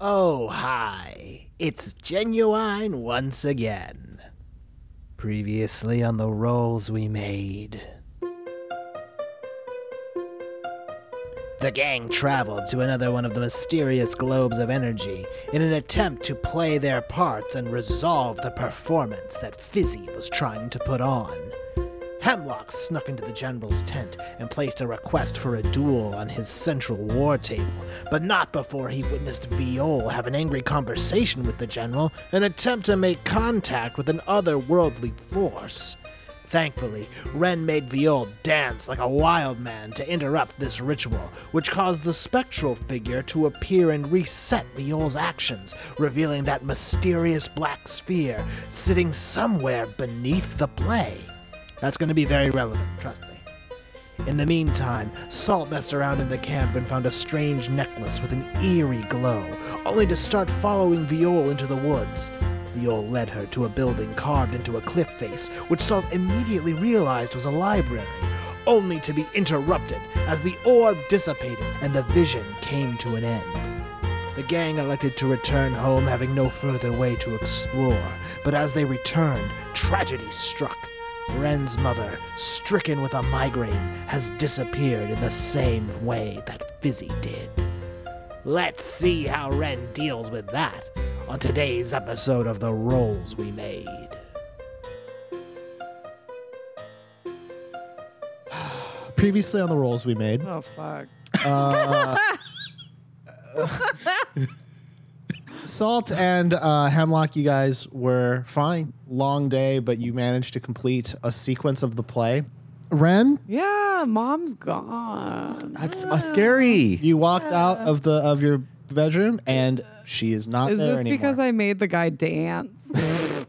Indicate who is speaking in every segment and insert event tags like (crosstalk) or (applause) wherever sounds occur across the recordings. Speaker 1: Oh, hi. It's Genuine once again. Previously on the rolls we made. The gang traveled to another one of the mysterious globes of energy in an attempt to play their parts and resolve the performance that Fizzy was trying to put on. Hemlock snuck into the general's tent and placed a request for a duel on his central war table, but not before he witnessed Viol have an angry conversation with the general and attempt to make contact with an otherworldly force. Thankfully, Ren made Viol dance like a wild man to interrupt this ritual, which caused the spectral figure to appear and reset Viol's actions, revealing that mysterious black sphere sitting somewhere beneath the play. That's going to be very relevant, trust me. In the meantime, Salt messed around in the camp and found a strange necklace with an eerie glow, only to start following Viol into the woods. Viol led her to a building carved into a cliff face, which Salt immediately realized was a library, only to be interrupted as the orb dissipated and the vision came to an end. The gang elected to return home, having no further way to explore. But as they returned, tragedy struck. Ren's mother, stricken with a migraine, has disappeared in the same way that Fizzy did. Let's see how Ren deals with that on today's episode of The Rolls We Made.
Speaker 2: previously on the rolls we made.
Speaker 3: Oh fuck.
Speaker 2: Salt and uh, Hemlock, you guys were fine. Long day, but you managed to complete a sequence of the play. Ren,
Speaker 3: Yeah, mom's gone.
Speaker 4: That's uh, scary.
Speaker 2: you walked out of the of your bedroom, and she is not
Speaker 3: Is
Speaker 2: there
Speaker 3: this
Speaker 2: anymore.
Speaker 3: because I made the
Speaker 2: (laughs)
Speaker 3: guy dance?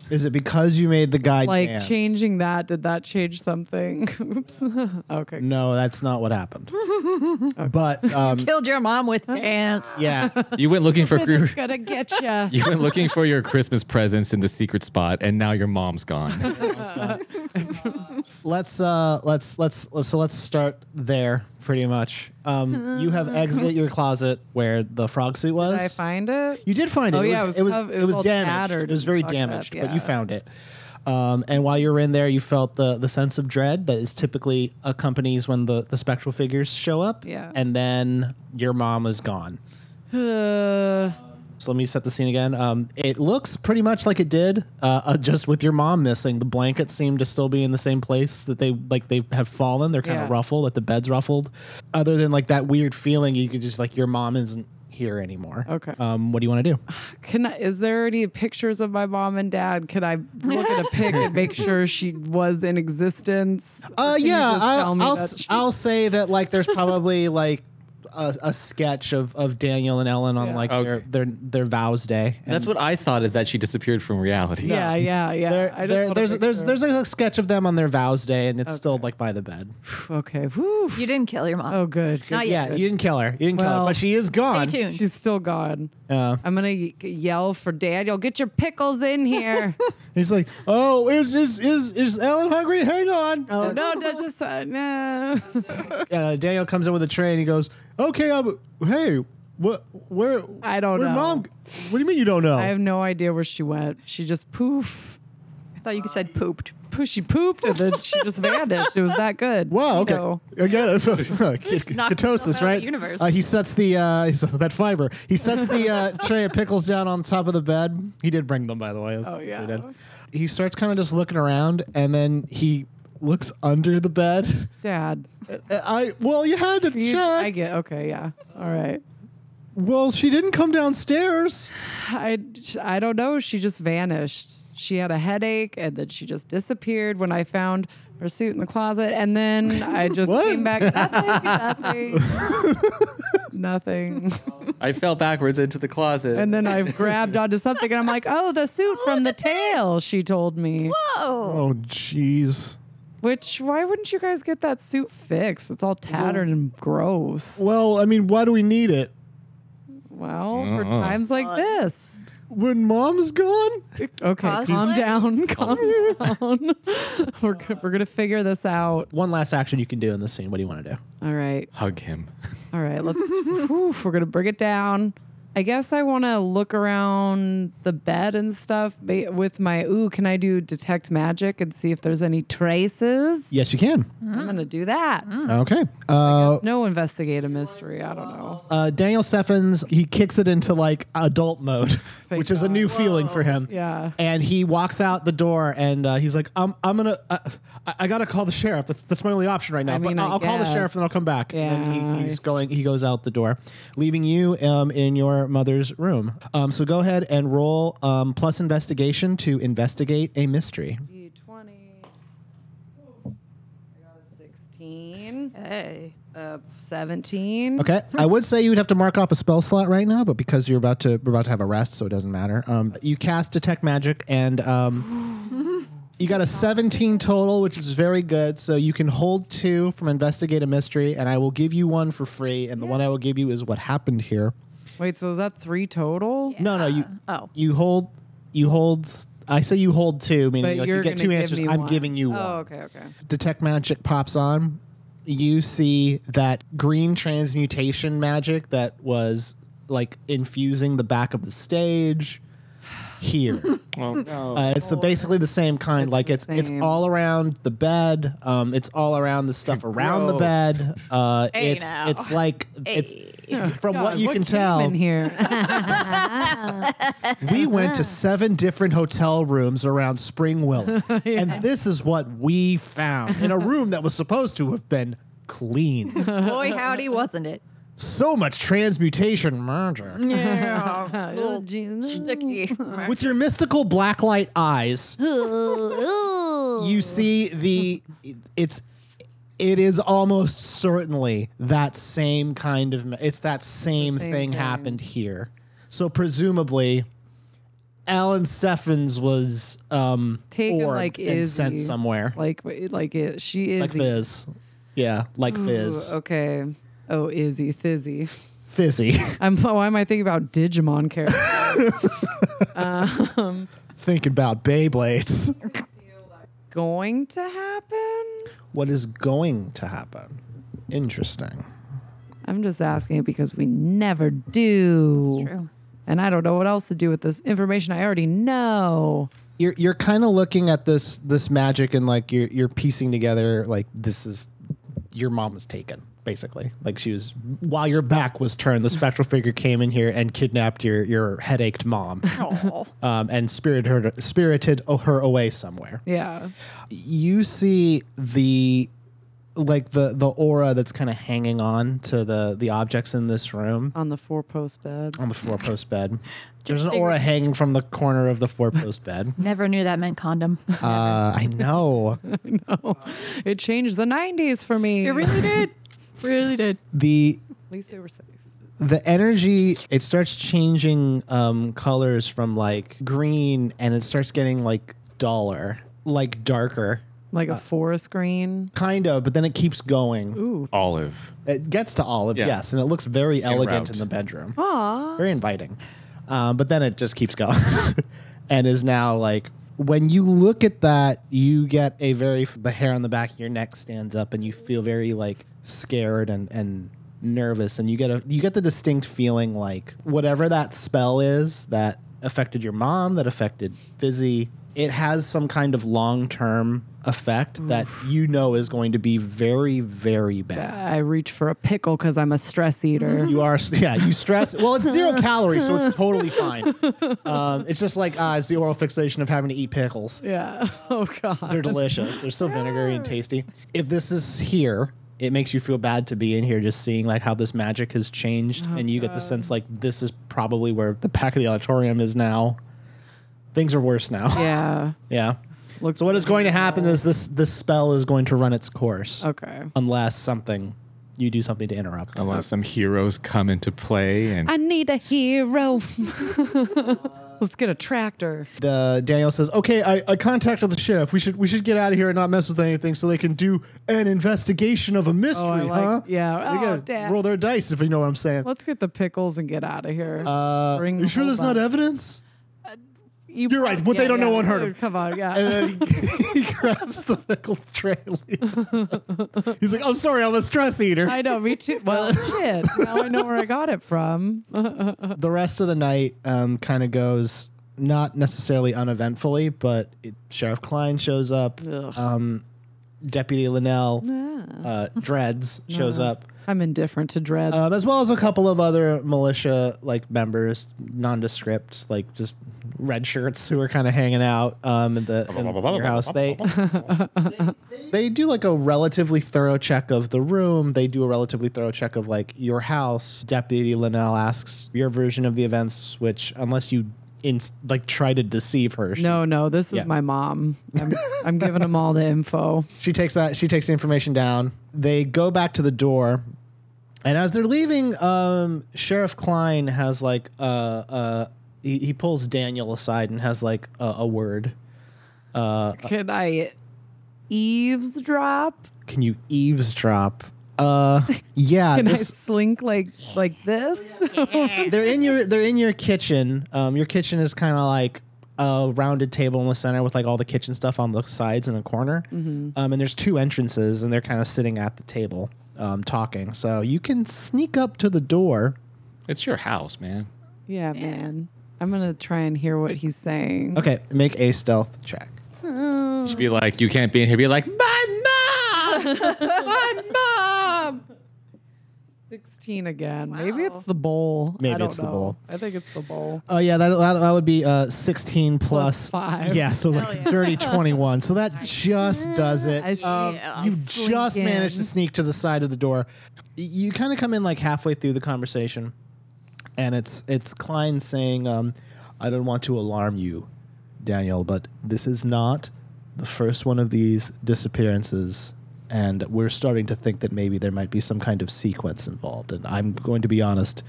Speaker 2: is it because you made the guy
Speaker 3: like
Speaker 2: dance?
Speaker 3: changing that, did that change something? (laughs) Oops. okay.
Speaker 2: No, that's not what
Speaker 3: (laughs)
Speaker 2: happened. but um,
Speaker 5: (laughs) killed your mom with ants. (laughs)
Speaker 2: yeah,
Speaker 4: You went looking for
Speaker 3: It's gonna get
Speaker 2: (laughs)
Speaker 3: ya.
Speaker 4: (laughs) you went looking for your Christmas presents in the secret spot, and now your
Speaker 3: (laughs)
Speaker 4: mom's gone.
Speaker 2: let's uh, let's let's let's- so let's start there. Pretty much, um, you
Speaker 3: (laughs)
Speaker 2: have exited your closet where the frog suit was.
Speaker 3: Did I find it?
Speaker 2: You did find it.
Speaker 3: Oh,
Speaker 2: it
Speaker 3: yeah,
Speaker 2: was
Speaker 3: it
Speaker 2: it was,
Speaker 3: was cov-
Speaker 2: it was
Speaker 3: all
Speaker 2: damaged.
Speaker 3: tattered
Speaker 2: It was
Speaker 3: and
Speaker 2: very
Speaker 3: fucked up,
Speaker 2: damaged, but you
Speaker 3: yeah.
Speaker 2: found it. Um, and while you were in there, you felt the the sense of dread that is typically accompanies when the the spectral figures show up.
Speaker 3: Yeah.
Speaker 2: And then your mom is gone.
Speaker 3: Uh,
Speaker 2: So let me set the scene again. Um, it looks pretty much like it did, uh, uh, just with your mom missing. The blankets seem to still be in the same place that they like they have fallen. They're kind of
Speaker 3: Yeah.
Speaker 2: ruffled, like the bed's ruffled. Other than like that weird feeling, you could just like your mom isn't here anymore.
Speaker 3: Okay.
Speaker 2: Um, what do you want to do?
Speaker 3: (sighs) can I, is there any pictures of my mom and dad? Can I look at a pic
Speaker 2: (laughs)
Speaker 3: and make sure she was in existence?
Speaker 2: Uh,
Speaker 3: Can you
Speaker 2: yeah,
Speaker 3: just
Speaker 2: I,
Speaker 3: tell me
Speaker 2: I'll
Speaker 3: that
Speaker 2: s-
Speaker 3: she-
Speaker 2: I'll say that like there's probably (laughs) like a, a sketch of, of Daniel and Ellen on
Speaker 3: Yeah.
Speaker 2: like
Speaker 4: Okay.
Speaker 2: their, their their vows day. And
Speaker 4: That's what I thought is that she disappeared from reality.
Speaker 3: yeah, yeah, yeah.
Speaker 2: there-
Speaker 3: I just
Speaker 2: there-
Speaker 3: wanna
Speaker 2: there's
Speaker 3: make
Speaker 2: there's
Speaker 3: sure.
Speaker 2: there's a sketch of them on their vows day, and it's still like by the bed.
Speaker 3: okay. Whew.
Speaker 5: You didn't kill your mom.
Speaker 3: Oh, good. good.
Speaker 5: Not
Speaker 2: Yeah,
Speaker 5: yet.
Speaker 2: you didn't kill her. You didn't kill her,
Speaker 3: Well-
Speaker 2: but she is gone.
Speaker 5: Stay tuned.
Speaker 3: (laughs) She's still gone.
Speaker 2: Uh,
Speaker 3: I'm gonna y- yell for Daniel. Get your pickles
Speaker 2: (laughs)
Speaker 3: in here.
Speaker 2: he's like, oh, is is is is Ellen hungry? Hang on. Uh,
Speaker 3: no, no, just uh, no.
Speaker 2: uh, Daniel comes in with a tray, and he goes, okay, I'm, hey, what where?
Speaker 3: I don't
Speaker 2: where
Speaker 3: know.
Speaker 2: Mom, what do you mean you don't know?
Speaker 3: I have no idea where she went. She just poof,
Speaker 5: I thought you said pooped.
Speaker 3: poof. She pooped and then she just vanished. It was that good.
Speaker 2: Wow. Okay.
Speaker 3: No.
Speaker 2: Again, (laughs)
Speaker 5: knocked himself out of
Speaker 2: ketosis,
Speaker 5: the
Speaker 2: right?
Speaker 5: universe.
Speaker 2: Uh, he sets the uh, (laughs) he's- that fiber. He sets the (laughs) uh, tray of pickles down on top of the bed. He did bring them, by the way. That's-
Speaker 3: Oh,
Speaker 2: that's what
Speaker 3: yeah.
Speaker 2: He, did. He starts kind of just looking around, and then he looks under the bed. (laughs)
Speaker 3: Dad.
Speaker 2: I well, you had to
Speaker 3: You-
Speaker 2: check.
Speaker 3: I get okay. Yeah. All right.
Speaker 2: well, she didn't come downstairs.
Speaker 3: I I don't know. She just vanished. She had a headache and then she just disappeared when I found her suit in the closet. And then I just
Speaker 2: What?
Speaker 3: came back.
Speaker 2: (laughs)
Speaker 3: Nothing. Nothing. nothing.
Speaker 4: (laughs) I fell backwards into the closet.
Speaker 3: And then I grabbed onto something and I'm like, oh, the suit from the tail, she told me.
Speaker 5: Oh.
Speaker 2: Oh, jeez.
Speaker 3: Which, why wouldn't you guys get that suit fixed? It's all tattered and gross.
Speaker 2: Well, I mean, why do we need it
Speaker 3: Well, for
Speaker 4: Uh-uh.
Speaker 3: times like this.
Speaker 2: when Mom's gone?
Speaker 3: Okay,
Speaker 5: Cosplay?
Speaker 3: calm down. Calm down. (laughs) we're, go- we're going to figure this out.
Speaker 2: One last action you can do in this scene. What do you want to do?
Speaker 3: All right.
Speaker 4: Hug him.
Speaker 3: All right. Let's, whew, we're going to bring it down. I guess I want to look around the bed and stuff ba- with my. Ooh, can I do detect magic and see if there's any traces?
Speaker 2: Yes, you can.
Speaker 3: I'm gonna do that.
Speaker 2: Okay. Uh,
Speaker 3: No investigate a mystery. I don't know.
Speaker 2: uh, Daniel Steffens, he kicks it into like adult mode,
Speaker 3: (laughs) Thank
Speaker 2: which is a new feeling for him.
Speaker 3: Yeah.
Speaker 2: And he walks out the door and uh, he's like, I'm, I'm going to, uh, I, I got to call the sheriff. That's, that's my only option right now.
Speaker 3: I mean,
Speaker 2: but
Speaker 3: I
Speaker 2: I'll, I'll call the
Speaker 3: guess.
Speaker 2: sheriff and I'll come back. And then
Speaker 3: Yeah.
Speaker 2: he, he's going, he goes out the door, leaving you um, in your mother's room. Um, so go ahead and roll um, plus investigation to investigate a mystery.
Speaker 3: D20. I got a 16.
Speaker 5: Hey.
Speaker 3: Uh, 17.
Speaker 2: Okay, I would say you would have to mark off a spell slot right now, but because you're about to we're about to have a rest, so it doesn't matter. Um, you cast detect magic, and um, you got a 17 total, which is very good. So you can hold two from investigate a mystery, and I will give you one for free. And the one I will give you is what happened here.
Speaker 3: Wait, so is that three total?
Speaker 2: No, no, you
Speaker 5: Oh.
Speaker 2: you hold you hold. I say you hold two, meaning
Speaker 3: But
Speaker 2: like,
Speaker 3: you're
Speaker 2: you get
Speaker 3: gonna
Speaker 2: two
Speaker 3: give
Speaker 2: answers.
Speaker 3: me
Speaker 2: I'm
Speaker 3: one.
Speaker 2: giving you one
Speaker 3: Oh, okay, okay.
Speaker 2: detect magic pops on, you see that green transmutation magic that was like infusing the back of the stage here.
Speaker 4: Oh, no.
Speaker 2: Uh, it's basically the same kind. like
Speaker 3: the
Speaker 2: it's it's
Speaker 3: same.
Speaker 2: all around the bed. Um, it's all around the stuff around the
Speaker 4: Gross.
Speaker 2: bed. Uh,
Speaker 5: Hey,
Speaker 2: it's
Speaker 5: now.
Speaker 2: it's like it's from what
Speaker 3: God,
Speaker 2: you can
Speaker 3: came
Speaker 2: tell.
Speaker 3: in here. (laughs)
Speaker 2: We went to seven different hotel rooms around Spring Willow, and this is what we found in a room that was supposed to have been clean.
Speaker 5: (laughs) Boy, howdy,
Speaker 3: (laughs)
Speaker 5: wasn't it?
Speaker 2: so much transmutation magic.
Speaker 5: Yeah.
Speaker 3: Little
Speaker 5: (laughs) Little
Speaker 3: (laughs) Jesus. (laughs)
Speaker 5: sticky.
Speaker 2: With your mystical blacklight eyes, you see the it's it is almost certainly that same kind of ma- it's that same,
Speaker 3: same
Speaker 2: thing,
Speaker 3: thing.
Speaker 2: happened here. So presumably Alan Steffens was um
Speaker 3: Taken
Speaker 2: orbed
Speaker 3: like
Speaker 2: and sent
Speaker 3: Izzy.
Speaker 2: somewhere.
Speaker 3: like, wait, like it, she is.
Speaker 2: Like Fizz. Yeah, like Fizz.
Speaker 3: Okay. Oh, Izzy, Thizzy.
Speaker 2: Fizzy. (laughs)
Speaker 3: I'm, (laughs) why am I thinking about Digimon characters?
Speaker 2: Thinking about Beyblades.
Speaker 3: Going to happen?
Speaker 2: What is going to happen? Interesting.
Speaker 3: I'm just asking it because we never do.
Speaker 5: True.
Speaker 3: And I don't know what else to do with this information I already know.
Speaker 2: you're you're kind of looking at this this magic and like you're you're piecing together like this is your mom was taken basically like she was while your back was turned the spectral figure came in here and kidnapped your your headached mom
Speaker 3: (laughs)
Speaker 5: Oh.
Speaker 2: um, and spirited her spirited her away somewhere
Speaker 3: Yeah.
Speaker 2: you see the like the the aura that's kind of hanging on to the the objects in this room
Speaker 3: On the four post bed.
Speaker 2: on the four post bed there's an
Speaker 5: figure-
Speaker 2: aura hanging from the corner of the four post bed
Speaker 5: Never knew that meant condom.
Speaker 2: uh, i know
Speaker 3: (laughs) Oh. It changed the 90s for me.
Speaker 5: it really did. (laughs) Really did.
Speaker 2: the
Speaker 3: At least they were safe.
Speaker 2: the energy it starts changing um, colors from like green and it starts getting like duller like darker
Speaker 3: Like a forest green.
Speaker 2: kind of but then it keeps going
Speaker 3: Ooh.
Speaker 4: Olive.
Speaker 2: it gets to olive
Speaker 4: Yeah.
Speaker 2: yes and it looks very elegant
Speaker 4: route.
Speaker 2: in the bedroom
Speaker 3: Aw.
Speaker 2: very inviting um, but then it just keeps going (laughs) and is now like when you look at that you get a very the hair on the back of your neck stands up and you feel very like scared and and nervous and you get a you get the distinct feeling like whatever that spell is that affected your mom that affected fizzy it has some kind of long-term effect that you know is going to be very very bad
Speaker 3: I reach for a pickle because I'm a stress
Speaker 5: Mm-hmm.
Speaker 3: eater.
Speaker 2: you are, yeah. You stress. Well, it's zero calories, so it's totally fine. Um, it's just like uh, it's the oral fixation of having to eat pickles.
Speaker 3: (laughs) yeah. (laughs) Oh, God.
Speaker 2: They're delicious. They're so vinegary and tasty. If this is here, it makes you feel bad to be in here. Just seeing like how this magic has changed,
Speaker 3: Oh,
Speaker 2: and you get the sense like this is probably where the back of the auditorium is now. Things are worse now.
Speaker 3: Yeah.
Speaker 2: yeah.
Speaker 3: Looks
Speaker 2: So what is going to happen is this this spell is going to run its course
Speaker 3: Okay.
Speaker 2: unless something you do something to interrupt.
Speaker 4: Unless some heroes come into play and
Speaker 3: I need a hero. (laughs) Let's get a tractor.
Speaker 2: the Daniel says, "Okay, I, I contacted the sheriff. We should we should get out of here and not mess with anything, so they can do an investigation of a mystery,
Speaker 3: Oh, I like.
Speaker 2: huh?
Speaker 3: Yeah.
Speaker 2: They
Speaker 3: oh,
Speaker 2: gotta
Speaker 3: Dad.
Speaker 2: roll their dice if you know what I'm saying.
Speaker 3: Let's get the pickles and get out of here.
Speaker 2: Uh,
Speaker 3: Bring
Speaker 2: you
Speaker 3: the
Speaker 2: sure
Speaker 3: whole
Speaker 2: there's not
Speaker 3: bunch.
Speaker 2: evidence?
Speaker 3: you
Speaker 2: You're right, but they don't know one heard him.
Speaker 3: Come on, yeah.
Speaker 2: (laughs) And then he, he grabs the pickle tray. and leaves. He's like, "I'm sorry, I'm a stress eater."
Speaker 3: I know, me too.
Speaker 2: (laughs)
Speaker 3: Well, shit. Now I know where I got it from.
Speaker 2: the rest of the night um, kind of goes not necessarily uneventfully, but it, Sheriff Klein shows up,
Speaker 3: Ugh. Ah.
Speaker 2: um, Deputy Linnell, uh,
Speaker 3: (laughs)
Speaker 2: Dreads shows
Speaker 3: Uh-huh.
Speaker 2: up,
Speaker 3: I'm indifferent to dreads.
Speaker 2: um, as well as a couple of other militia like members, nondescript, like just red shirts who are kind of hanging out um, in the in your house. They they do like a relatively thorough check of the room. They do a relatively thorough check of like your house. Deputy Linnell asks your version of the events, which unless you in, like try to deceive her, she,
Speaker 3: no, no, this is
Speaker 2: Yeah.
Speaker 3: my mom.
Speaker 2: (laughs)
Speaker 3: I'm, I'm giving them all the info.
Speaker 2: she takes that. She takes the information down. They go back to the door, and as they're leaving, um, Sheriff Klein has like uh uh he, he pulls Daniel aside and has like a, a word.
Speaker 3: Can I eavesdrop?
Speaker 2: Can you eavesdrop? Uh,
Speaker 3: (laughs)
Speaker 2: yeah.
Speaker 3: Can
Speaker 2: this-
Speaker 3: I slink like like this? (laughs)
Speaker 2: they're in your they're in your kitchen. Um, your kitchen is kind of like a rounded table in the center with like all the kitchen stuff on the sides in a corner.
Speaker 3: Mm-hmm.
Speaker 2: Um, and there's two entrances, and they're kind of sitting at the table, um, talking. So you can sneak up to the door.
Speaker 4: It's your house, man.
Speaker 3: yeah, man. I'm gonna try and hear what he's saying.
Speaker 2: Okay, make a stealth check.
Speaker 4: You should be like, you can't be in here. Be like, my mom, my mom.
Speaker 3: 16 again. Maybe it's the bowl. I
Speaker 2: Maybe
Speaker 3: don't
Speaker 2: it's the
Speaker 3: know.
Speaker 2: bowl.
Speaker 3: I think it's the bowl.
Speaker 2: Oh yeah, that that, that would be uh, sixteen plus,
Speaker 3: Plus five.
Speaker 2: Yeah, so like dirty
Speaker 3: (laughs)
Speaker 2: twenty one. So that just does it.
Speaker 3: I see.
Speaker 2: Um, you
Speaker 3: Slink
Speaker 2: just managed to
Speaker 3: in.
Speaker 2: sneak to the side of the door. Y- You kind of come in like halfway through the conversation, and it's it's Klein saying, um, "I don't want to alarm you, Daniel, but this is not the first one of these disappearances." And we're starting to think that maybe there might be some kind of sequence involved. And I'm going to be honest,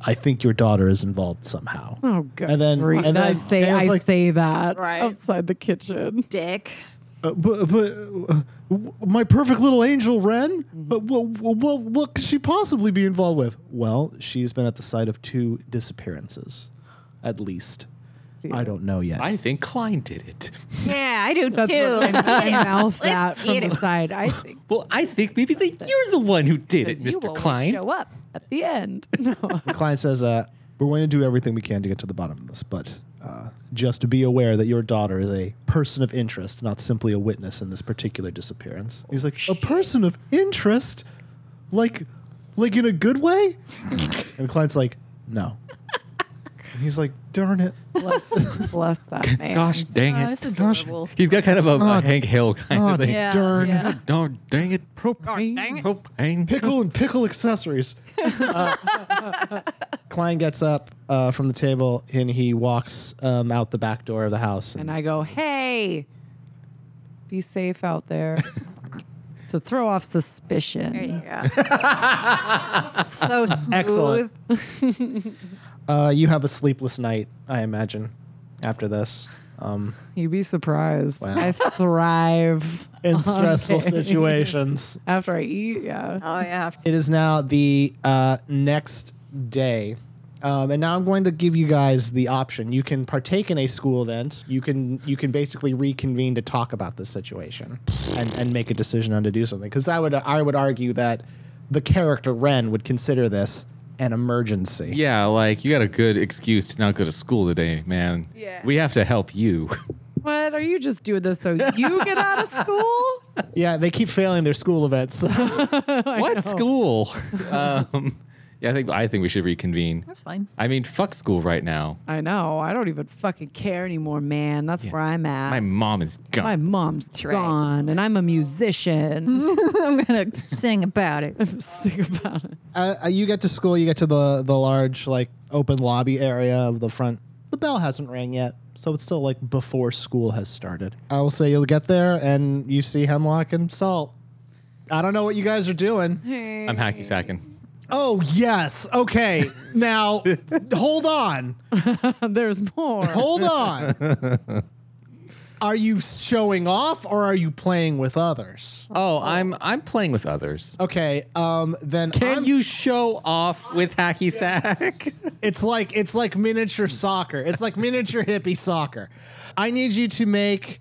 Speaker 2: I think your daughter is involved somehow.
Speaker 3: Oh god.
Speaker 2: And then-
Speaker 3: grief.
Speaker 2: and
Speaker 3: I
Speaker 2: then
Speaker 3: say
Speaker 2: Dale's
Speaker 3: I
Speaker 2: like-
Speaker 3: say that
Speaker 5: Right.
Speaker 3: outside the kitchen.
Speaker 5: Dick.
Speaker 2: Uh, but but uh, w- my perfect little angel Ren. But what, what what could she possibly be involved with? Well, she's been at the site of two disappearances, at least. I don't know yet.
Speaker 4: I think Klein did it.
Speaker 5: Yeah, I do
Speaker 3: That's
Speaker 5: too.
Speaker 3: what I,
Speaker 5: (laughs)
Speaker 3: I mouth that
Speaker 5: Let's
Speaker 3: from
Speaker 5: eat
Speaker 3: the
Speaker 5: it.
Speaker 3: side. I think
Speaker 4: Well, I think maybe that you're the one who did it,
Speaker 3: 'cause you
Speaker 4: Mr.
Speaker 3: always
Speaker 4: Klein.
Speaker 3: show up at the end. (laughs) No.
Speaker 2: the client says, uh, "We're going to do everything we can to get to the bottom of this, but uh, just be aware that your daughter is a person of interest, not simply a witness in this particular disappearance." He's like, "A person of interest, like, like in a good (laughs) way?" and the client's like, "No." And he's like, "Darn it."
Speaker 3: bless, bless that man.
Speaker 4: Gosh dang
Speaker 5: Oh,
Speaker 4: it.
Speaker 5: it's adorable.
Speaker 4: He's got kind of a, a Hank Hill kind
Speaker 2: God
Speaker 4: of thing.
Speaker 5: Yeah.
Speaker 2: darn
Speaker 5: yeah.
Speaker 4: Darn, dang it. Propane.
Speaker 5: dang it.
Speaker 4: Propane.
Speaker 2: pickle and pickle accessories. uh, Klein gets up uh, from the table and he walks um, out the back door of the house.
Speaker 3: And I go, hey, be safe
Speaker 2: (laughs)
Speaker 3: out there. to throw off suspicion.
Speaker 5: There you go.
Speaker 3: (laughs)
Speaker 5: so smooth.
Speaker 2: Excellent. uh, you have a sleepless night, I imagine, after this. Um,
Speaker 3: You'd be surprised. I thrive
Speaker 2: in stressful
Speaker 3: Okay.
Speaker 2: situations.
Speaker 3: after I eat. Yeah.
Speaker 5: Oh yeah.
Speaker 2: It is now the uh, next day. Um, and now I'm going to give you guys the option. You can partake in a school event. You can you can basically reconvene to talk about this situation and, and make a decision on to do something. Because I would I would argue that the character Ren would consider this an emergency.
Speaker 4: Yeah, like you got a good excuse to not go to school today, man.
Speaker 3: Yeah.
Speaker 4: We have to help you. (laughs)
Speaker 3: What? Are you just doing this so you get out
Speaker 2: (laughs)
Speaker 3: of school?
Speaker 2: Yeah, they keep failing their school events. (laughs)
Speaker 4: what school? um, yeah, I think I think we should reconvene.
Speaker 3: (laughs)
Speaker 5: That's fine.
Speaker 4: I mean, fuck school right now.
Speaker 3: I know. I don't even fucking care anymore, man. That's where I'm at.
Speaker 4: My mom is gone.
Speaker 3: My mom's
Speaker 5: right.
Speaker 3: gone, and I'm a musician. (laughs)
Speaker 5: I'm gonna sing about it.
Speaker 3: Sick about it. (laughs)
Speaker 2: uh, uh, you get to school, you get to the the large like open lobby area of the front. The bell hasn't rang yet, so it's still like before school has started. I will say you'll get there and you see Hemlock and Salt. I don't know what you guys are
Speaker 4: (laughs)
Speaker 2: doing.
Speaker 4: I'm hacky sacking.
Speaker 2: Oh yes, okay.
Speaker 4: (laughs)
Speaker 2: Now hold on,
Speaker 3: There's more.
Speaker 2: hold on. Are you showing off or are you playing with others?
Speaker 4: Oh, I'm I'm playing with others.
Speaker 2: Okay, um, then
Speaker 4: Can
Speaker 2: I'm-
Speaker 4: you show off with hacky (laughs) sack?
Speaker 2: It's like it's like miniature soccer. It's like miniature hippie soccer. I need you to make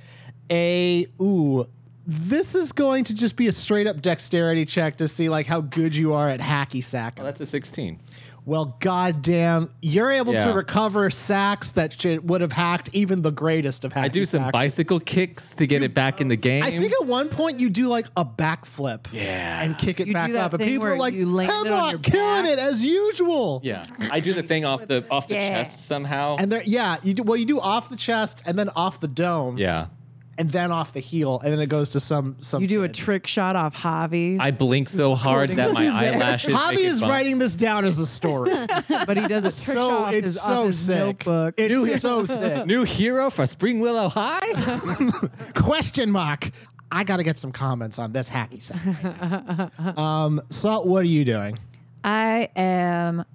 Speaker 2: a ooh. This is going to just be a straight up dexterity check to see like how good you are at hacky sack.
Speaker 4: Oh, That's a 16.
Speaker 2: Well, goddamn, you're able
Speaker 4: Yeah.
Speaker 2: to recover sacks that shit would have hacked even the greatest of hacky.
Speaker 4: I do some
Speaker 2: sack.
Speaker 4: bicycle kicks to get it back in the game.
Speaker 2: I think at one point you do like a backflip.
Speaker 4: Yeah.
Speaker 2: And kick it
Speaker 5: You do
Speaker 2: back
Speaker 5: that
Speaker 2: up. And
Speaker 5: thing
Speaker 2: people are
Speaker 5: where
Speaker 2: like,
Speaker 5: you land it on your
Speaker 2: Hemlock killing
Speaker 5: back."
Speaker 2: it as usual.
Speaker 4: yeah, I do the thing
Speaker 2: (laughs)
Speaker 4: off the off the
Speaker 5: Yeah.
Speaker 4: chest somehow.
Speaker 2: And there, yeah, you do, well, you do off the chest and then off the dome
Speaker 4: yeah,
Speaker 2: and then off the heel. And then it goes to some, some.
Speaker 3: You do a
Speaker 2: kid.
Speaker 3: trick shot off Javi,
Speaker 4: I blink so hard that my eyelashes.
Speaker 2: Javi
Speaker 4: make it
Speaker 2: is
Speaker 4: bump.
Speaker 2: writing this down as a
Speaker 3: (laughs)
Speaker 2: story.
Speaker 3: but he does a
Speaker 2: (laughs)
Speaker 3: trick shot
Speaker 2: so
Speaker 3: off
Speaker 2: it's
Speaker 3: his, off
Speaker 2: so
Speaker 3: his
Speaker 2: sick.
Speaker 3: notebook. (laughs)
Speaker 2: It's so sick.
Speaker 4: (laughs) new hero for Spring Willow High.
Speaker 2: Question mark. I got to get some comments on this hacky sack.
Speaker 3: (laughs)
Speaker 2: um, Salt, what are you doing?
Speaker 5: I am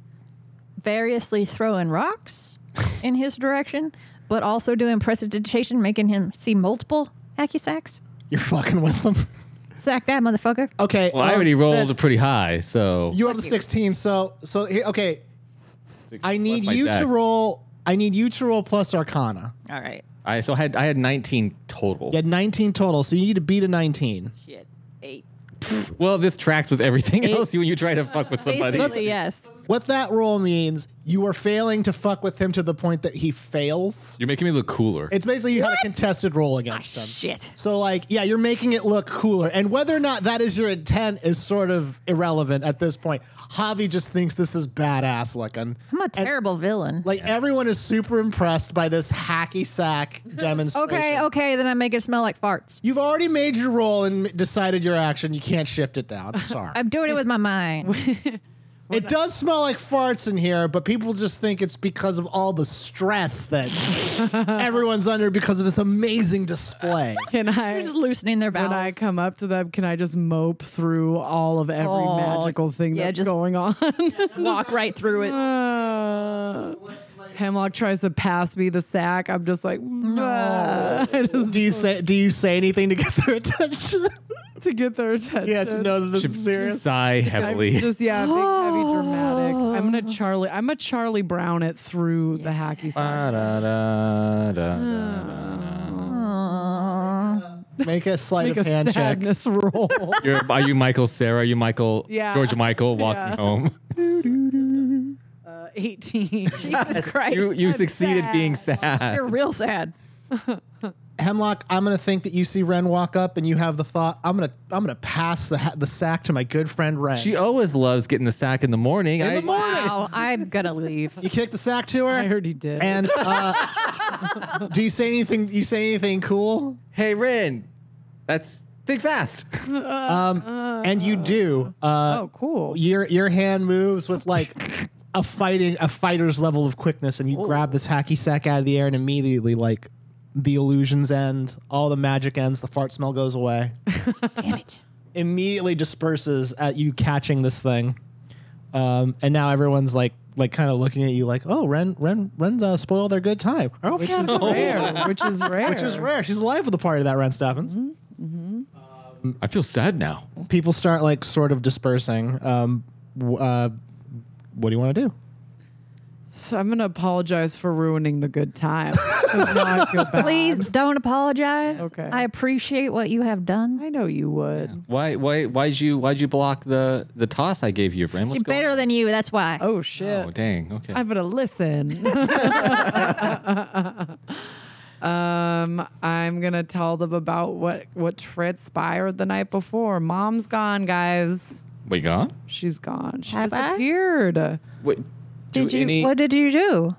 Speaker 5: variously
Speaker 4: (laughs)
Speaker 5: throwing rocks in his direction, but also doing prestidigitation, making him see multiple hacky sacks.
Speaker 2: You're fucking with them.
Speaker 5: Sack that motherfucker.
Speaker 2: Okay.
Speaker 4: Well, I
Speaker 2: um,
Speaker 4: already
Speaker 2: then-
Speaker 4: rolled pretty high, so
Speaker 2: You rolled a 16, so so here, okay. I need
Speaker 4: my
Speaker 2: you
Speaker 4: dex.
Speaker 2: to roll. I need you to roll plus Arcana.
Speaker 5: All right.
Speaker 4: I so I had I had 19 total.
Speaker 2: You had 19 total, so you need to beat a 19.
Speaker 5: Shit. Eight.
Speaker 4: Well, this tracks with everything else when you try to fuck with somebody.
Speaker 5: Basically, yes.
Speaker 2: What that roll means, you are failing to fuck with him to the point that he fails.
Speaker 4: You're making me look cooler.
Speaker 2: It's basically you had a contested roll against him.
Speaker 5: Ah, Shit.
Speaker 2: So like, yeah, you're making it look cooler, and whether or not that is your intent is sort of irrelevant at this point. Javi just thinks this is badass looking.
Speaker 5: I'm a terrible villain.
Speaker 2: Like everyone is super impressed by this hacky sack demonstration.
Speaker 5: (laughs) okay, oh. okay, then I make it smell like farts.
Speaker 2: You've already made your roll and m- decided your action. You can't shift it down. Sorry.
Speaker 5: I'm doing it with my mind.
Speaker 2: it does smell like farts in here, but people just think it's because of all the stress
Speaker 3: (laughs)
Speaker 2: that everyone's under because of this amazing
Speaker 3: (laughs)
Speaker 2: display.
Speaker 3: Can I?
Speaker 5: They're just loosening their
Speaker 3: When
Speaker 5: bowels.
Speaker 3: I
Speaker 5: (laughs)
Speaker 3: come up to them, can I just mope through all of every
Speaker 5: Oh,
Speaker 3: magical thing
Speaker 5: yeah,
Speaker 3: that's
Speaker 5: just-
Speaker 3: going on? (laughs)
Speaker 5: Walk right through it.
Speaker 3: Uh, Hemlock tries to pass me the sack. I'm just like, "Bah,"
Speaker 2: Do you say do you say anything to get their attention?
Speaker 3: (laughs) to get their attention.
Speaker 2: you have to know that this is
Speaker 3: (laughs)
Speaker 2: serious.
Speaker 4: Sigh
Speaker 3: I'm
Speaker 4: heavily. (laughs)
Speaker 3: just yeah, big, heavy, dramatic. I'm
Speaker 5: (gasps)
Speaker 3: gonna Charlie. I'm a Charlie Brown it through the
Speaker 2: Uh,
Speaker 3: hacky sack.
Speaker 2: Make a sleight
Speaker 3: Make
Speaker 2: of
Speaker 3: a
Speaker 2: hand check. (laughs)
Speaker 3: sadness roll. (laughs)
Speaker 4: You're, are you Michael Sarah? Are you Michael
Speaker 3: Yeah.
Speaker 4: George Michael walking
Speaker 3: Yeah.
Speaker 4: home?
Speaker 3: Uh, 18.
Speaker 5: Jesus Christ.
Speaker 4: You you succeeded
Speaker 3: sad.
Speaker 4: being sad.
Speaker 5: You're real sad.
Speaker 2: Hemlock, I'm gonna think that you see Ren walk up and you have the thought, I'm gonna I'm gonna pass the ha- the sack to my good friend Ren.
Speaker 4: She always loves getting the sack in the morning.
Speaker 2: in
Speaker 4: I,
Speaker 2: the morning.
Speaker 5: Wow, I'm gonna leave.
Speaker 2: You kick the sack to her.
Speaker 3: I heard he did.
Speaker 2: And uh,
Speaker 3: (laughs)
Speaker 2: do you say anything? You say anything cool?
Speaker 4: hey Rin, that's think fast.
Speaker 2: Um, and you do. Uh,
Speaker 3: oh, cool.
Speaker 2: Your your hand moves with like a fighting a fighter's level of quickness, and you grab this hacky sack out of the air, and immediately like the illusions end, all the magic ends, the fart smell goes away,
Speaker 5: Damn it.
Speaker 2: immediately disperses at you catching this thing, um, and now everyone's like like kind of looking at you like, oh, Ren Ren Ren's uh, spoiled their good time. Oh,
Speaker 3: Which (laughs) is rare. Which is rare.
Speaker 2: Which is rare. She's alive with the party that Ren Steffens.
Speaker 4: I feel sad now.
Speaker 2: People start like sort of dispersing. Um, w- uh, what do you want to do?
Speaker 3: So I'm gonna apologize for ruining the good time. Does not
Speaker 5: (laughs)
Speaker 3: feel bad.
Speaker 5: Please don't apologize.
Speaker 3: Okay.
Speaker 5: I appreciate what you have done.
Speaker 3: I know you would.
Speaker 4: Why why why'd you why'd you block the the toss I gave you, Rin? What's
Speaker 5: She's
Speaker 4: going
Speaker 5: better than you. That's why.
Speaker 3: Oh shit.
Speaker 4: on? Oh dang. Okay.
Speaker 3: I'm gonna
Speaker 5: (laughs)
Speaker 3: listen. (laughs) um, I'm gonna tell them about what what transpired the night before. Mom's gone, guys.
Speaker 4: Wait, gone?
Speaker 3: She's gone. She
Speaker 5: Have I?
Speaker 3: disappeared.
Speaker 4: Wait.
Speaker 5: did
Speaker 4: do
Speaker 5: you?
Speaker 4: any-
Speaker 5: what did you do?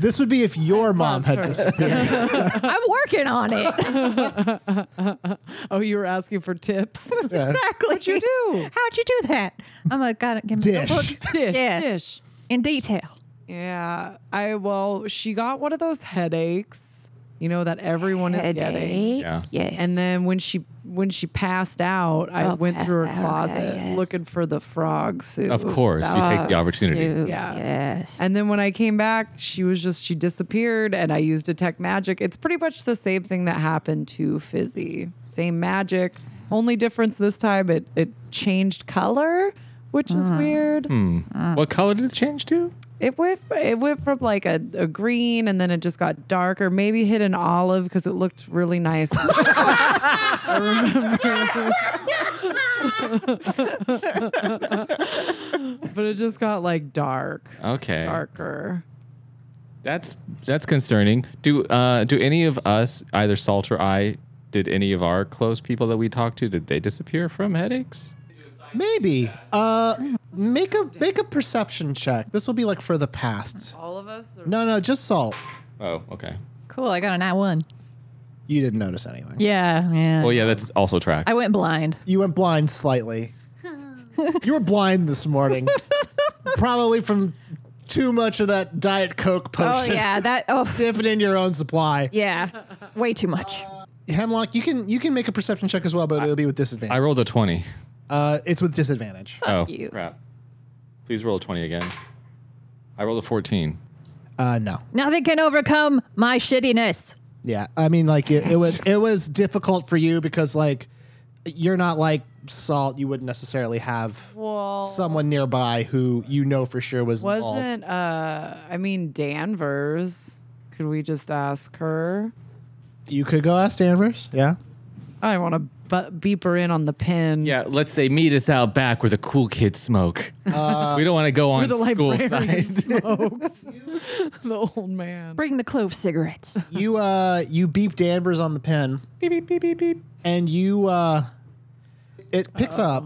Speaker 2: This would be if your mom had disappeared.
Speaker 5: (laughs) I'm working on it.
Speaker 3: Oh, you were asking for tips.
Speaker 5: (laughs)
Speaker 3: (laughs)
Speaker 5: exactly. What'd
Speaker 3: you do?
Speaker 5: How'd you do that? I'm like, got it. Give me the
Speaker 2: Dish.
Speaker 5: book. (laughs)
Speaker 3: dish,
Speaker 5: Yeah.
Speaker 3: dish.
Speaker 5: in detail.
Speaker 3: Yeah. I well, she got one of those headaches. you know, that everyone is getting.
Speaker 6: Headache.
Speaker 4: Yeah.
Speaker 6: Yes.
Speaker 3: And then when she when she passed out, I
Speaker 6: Oh,
Speaker 3: went through her
Speaker 6: passed out,
Speaker 3: closet
Speaker 6: okay, yes.
Speaker 3: looking for the frog suit.
Speaker 4: Of course, you take the
Speaker 6: Oh,
Speaker 4: opportunity.
Speaker 6: shoot,
Speaker 3: Yeah.
Speaker 6: Yes.
Speaker 3: And then when I came back, she was just she disappeared, and I used detect magic. It's pretty much the same thing that happened to Fizzy. Same magic, only difference this time it it changed color, which is
Speaker 6: Mm.
Speaker 3: weird.
Speaker 4: What color did it change to?
Speaker 3: It went it went from like a, a green, and then it just got darker. Maybe hit an olive because it looked really nice. (laughs) but it just got like dark,
Speaker 4: Okay,
Speaker 3: darker.
Speaker 4: that's that's concerning. Do uh do any of us, either Salt or I, did any of our close people that we talked to, did they disappear from headaches?
Speaker 2: Maybe. Uh, make a make a perception check. This will be like for the past.
Speaker 3: All of us?
Speaker 2: No, no, just salt.
Speaker 4: Oh, okay.
Speaker 5: Cool, I got an I one.
Speaker 2: You didn't notice anything.
Speaker 5: Yeah, yeah.
Speaker 4: Well, yeah, that's also tracks.
Speaker 5: I went blind.
Speaker 2: You went blind slightly. you were blind this
Speaker 5: (laughs)
Speaker 2: morning, probably from too much of that diet coke
Speaker 5: Oh
Speaker 2: potion.
Speaker 5: yeah, that oh
Speaker 2: Dip it in your own supply.
Speaker 5: yeah. Way too much.
Speaker 2: Hemlock, you can you can make a perception check as well, but it'll be with
Speaker 4: I
Speaker 2: disadvantage.
Speaker 4: rolled a twenty.
Speaker 2: uh, it's with disadvantage.
Speaker 4: oh
Speaker 5: you.
Speaker 4: crap! Please roll a twenty again. I rolled a fourteen.
Speaker 2: Uh, no.
Speaker 5: Nothing can overcome my shittiness.
Speaker 2: Yeah, I mean, like it, it was it was difficult for you because like you're not like salt. You wouldn't necessarily have
Speaker 3: Well,
Speaker 2: someone nearby who you know for sure was involved.
Speaker 3: wasn't uh I mean Danvers. Could we just ask her?
Speaker 2: You could go ask Danvers. Yeah.
Speaker 3: I want to bu- beep her in on the pin.
Speaker 4: Yeah, let's say meet us out back where the cool kids smoke.
Speaker 2: Uh,
Speaker 4: we don't want to go on
Speaker 3: Where the
Speaker 4: school
Speaker 3: librarian
Speaker 4: side.
Speaker 3: (laughs) smokes. the old man.
Speaker 5: Bring the clove (laughs) cigarettes.
Speaker 2: You uh you beep Danvers on the pen. (laughs) Beep beep beep beep beep. And you uh, it picks up.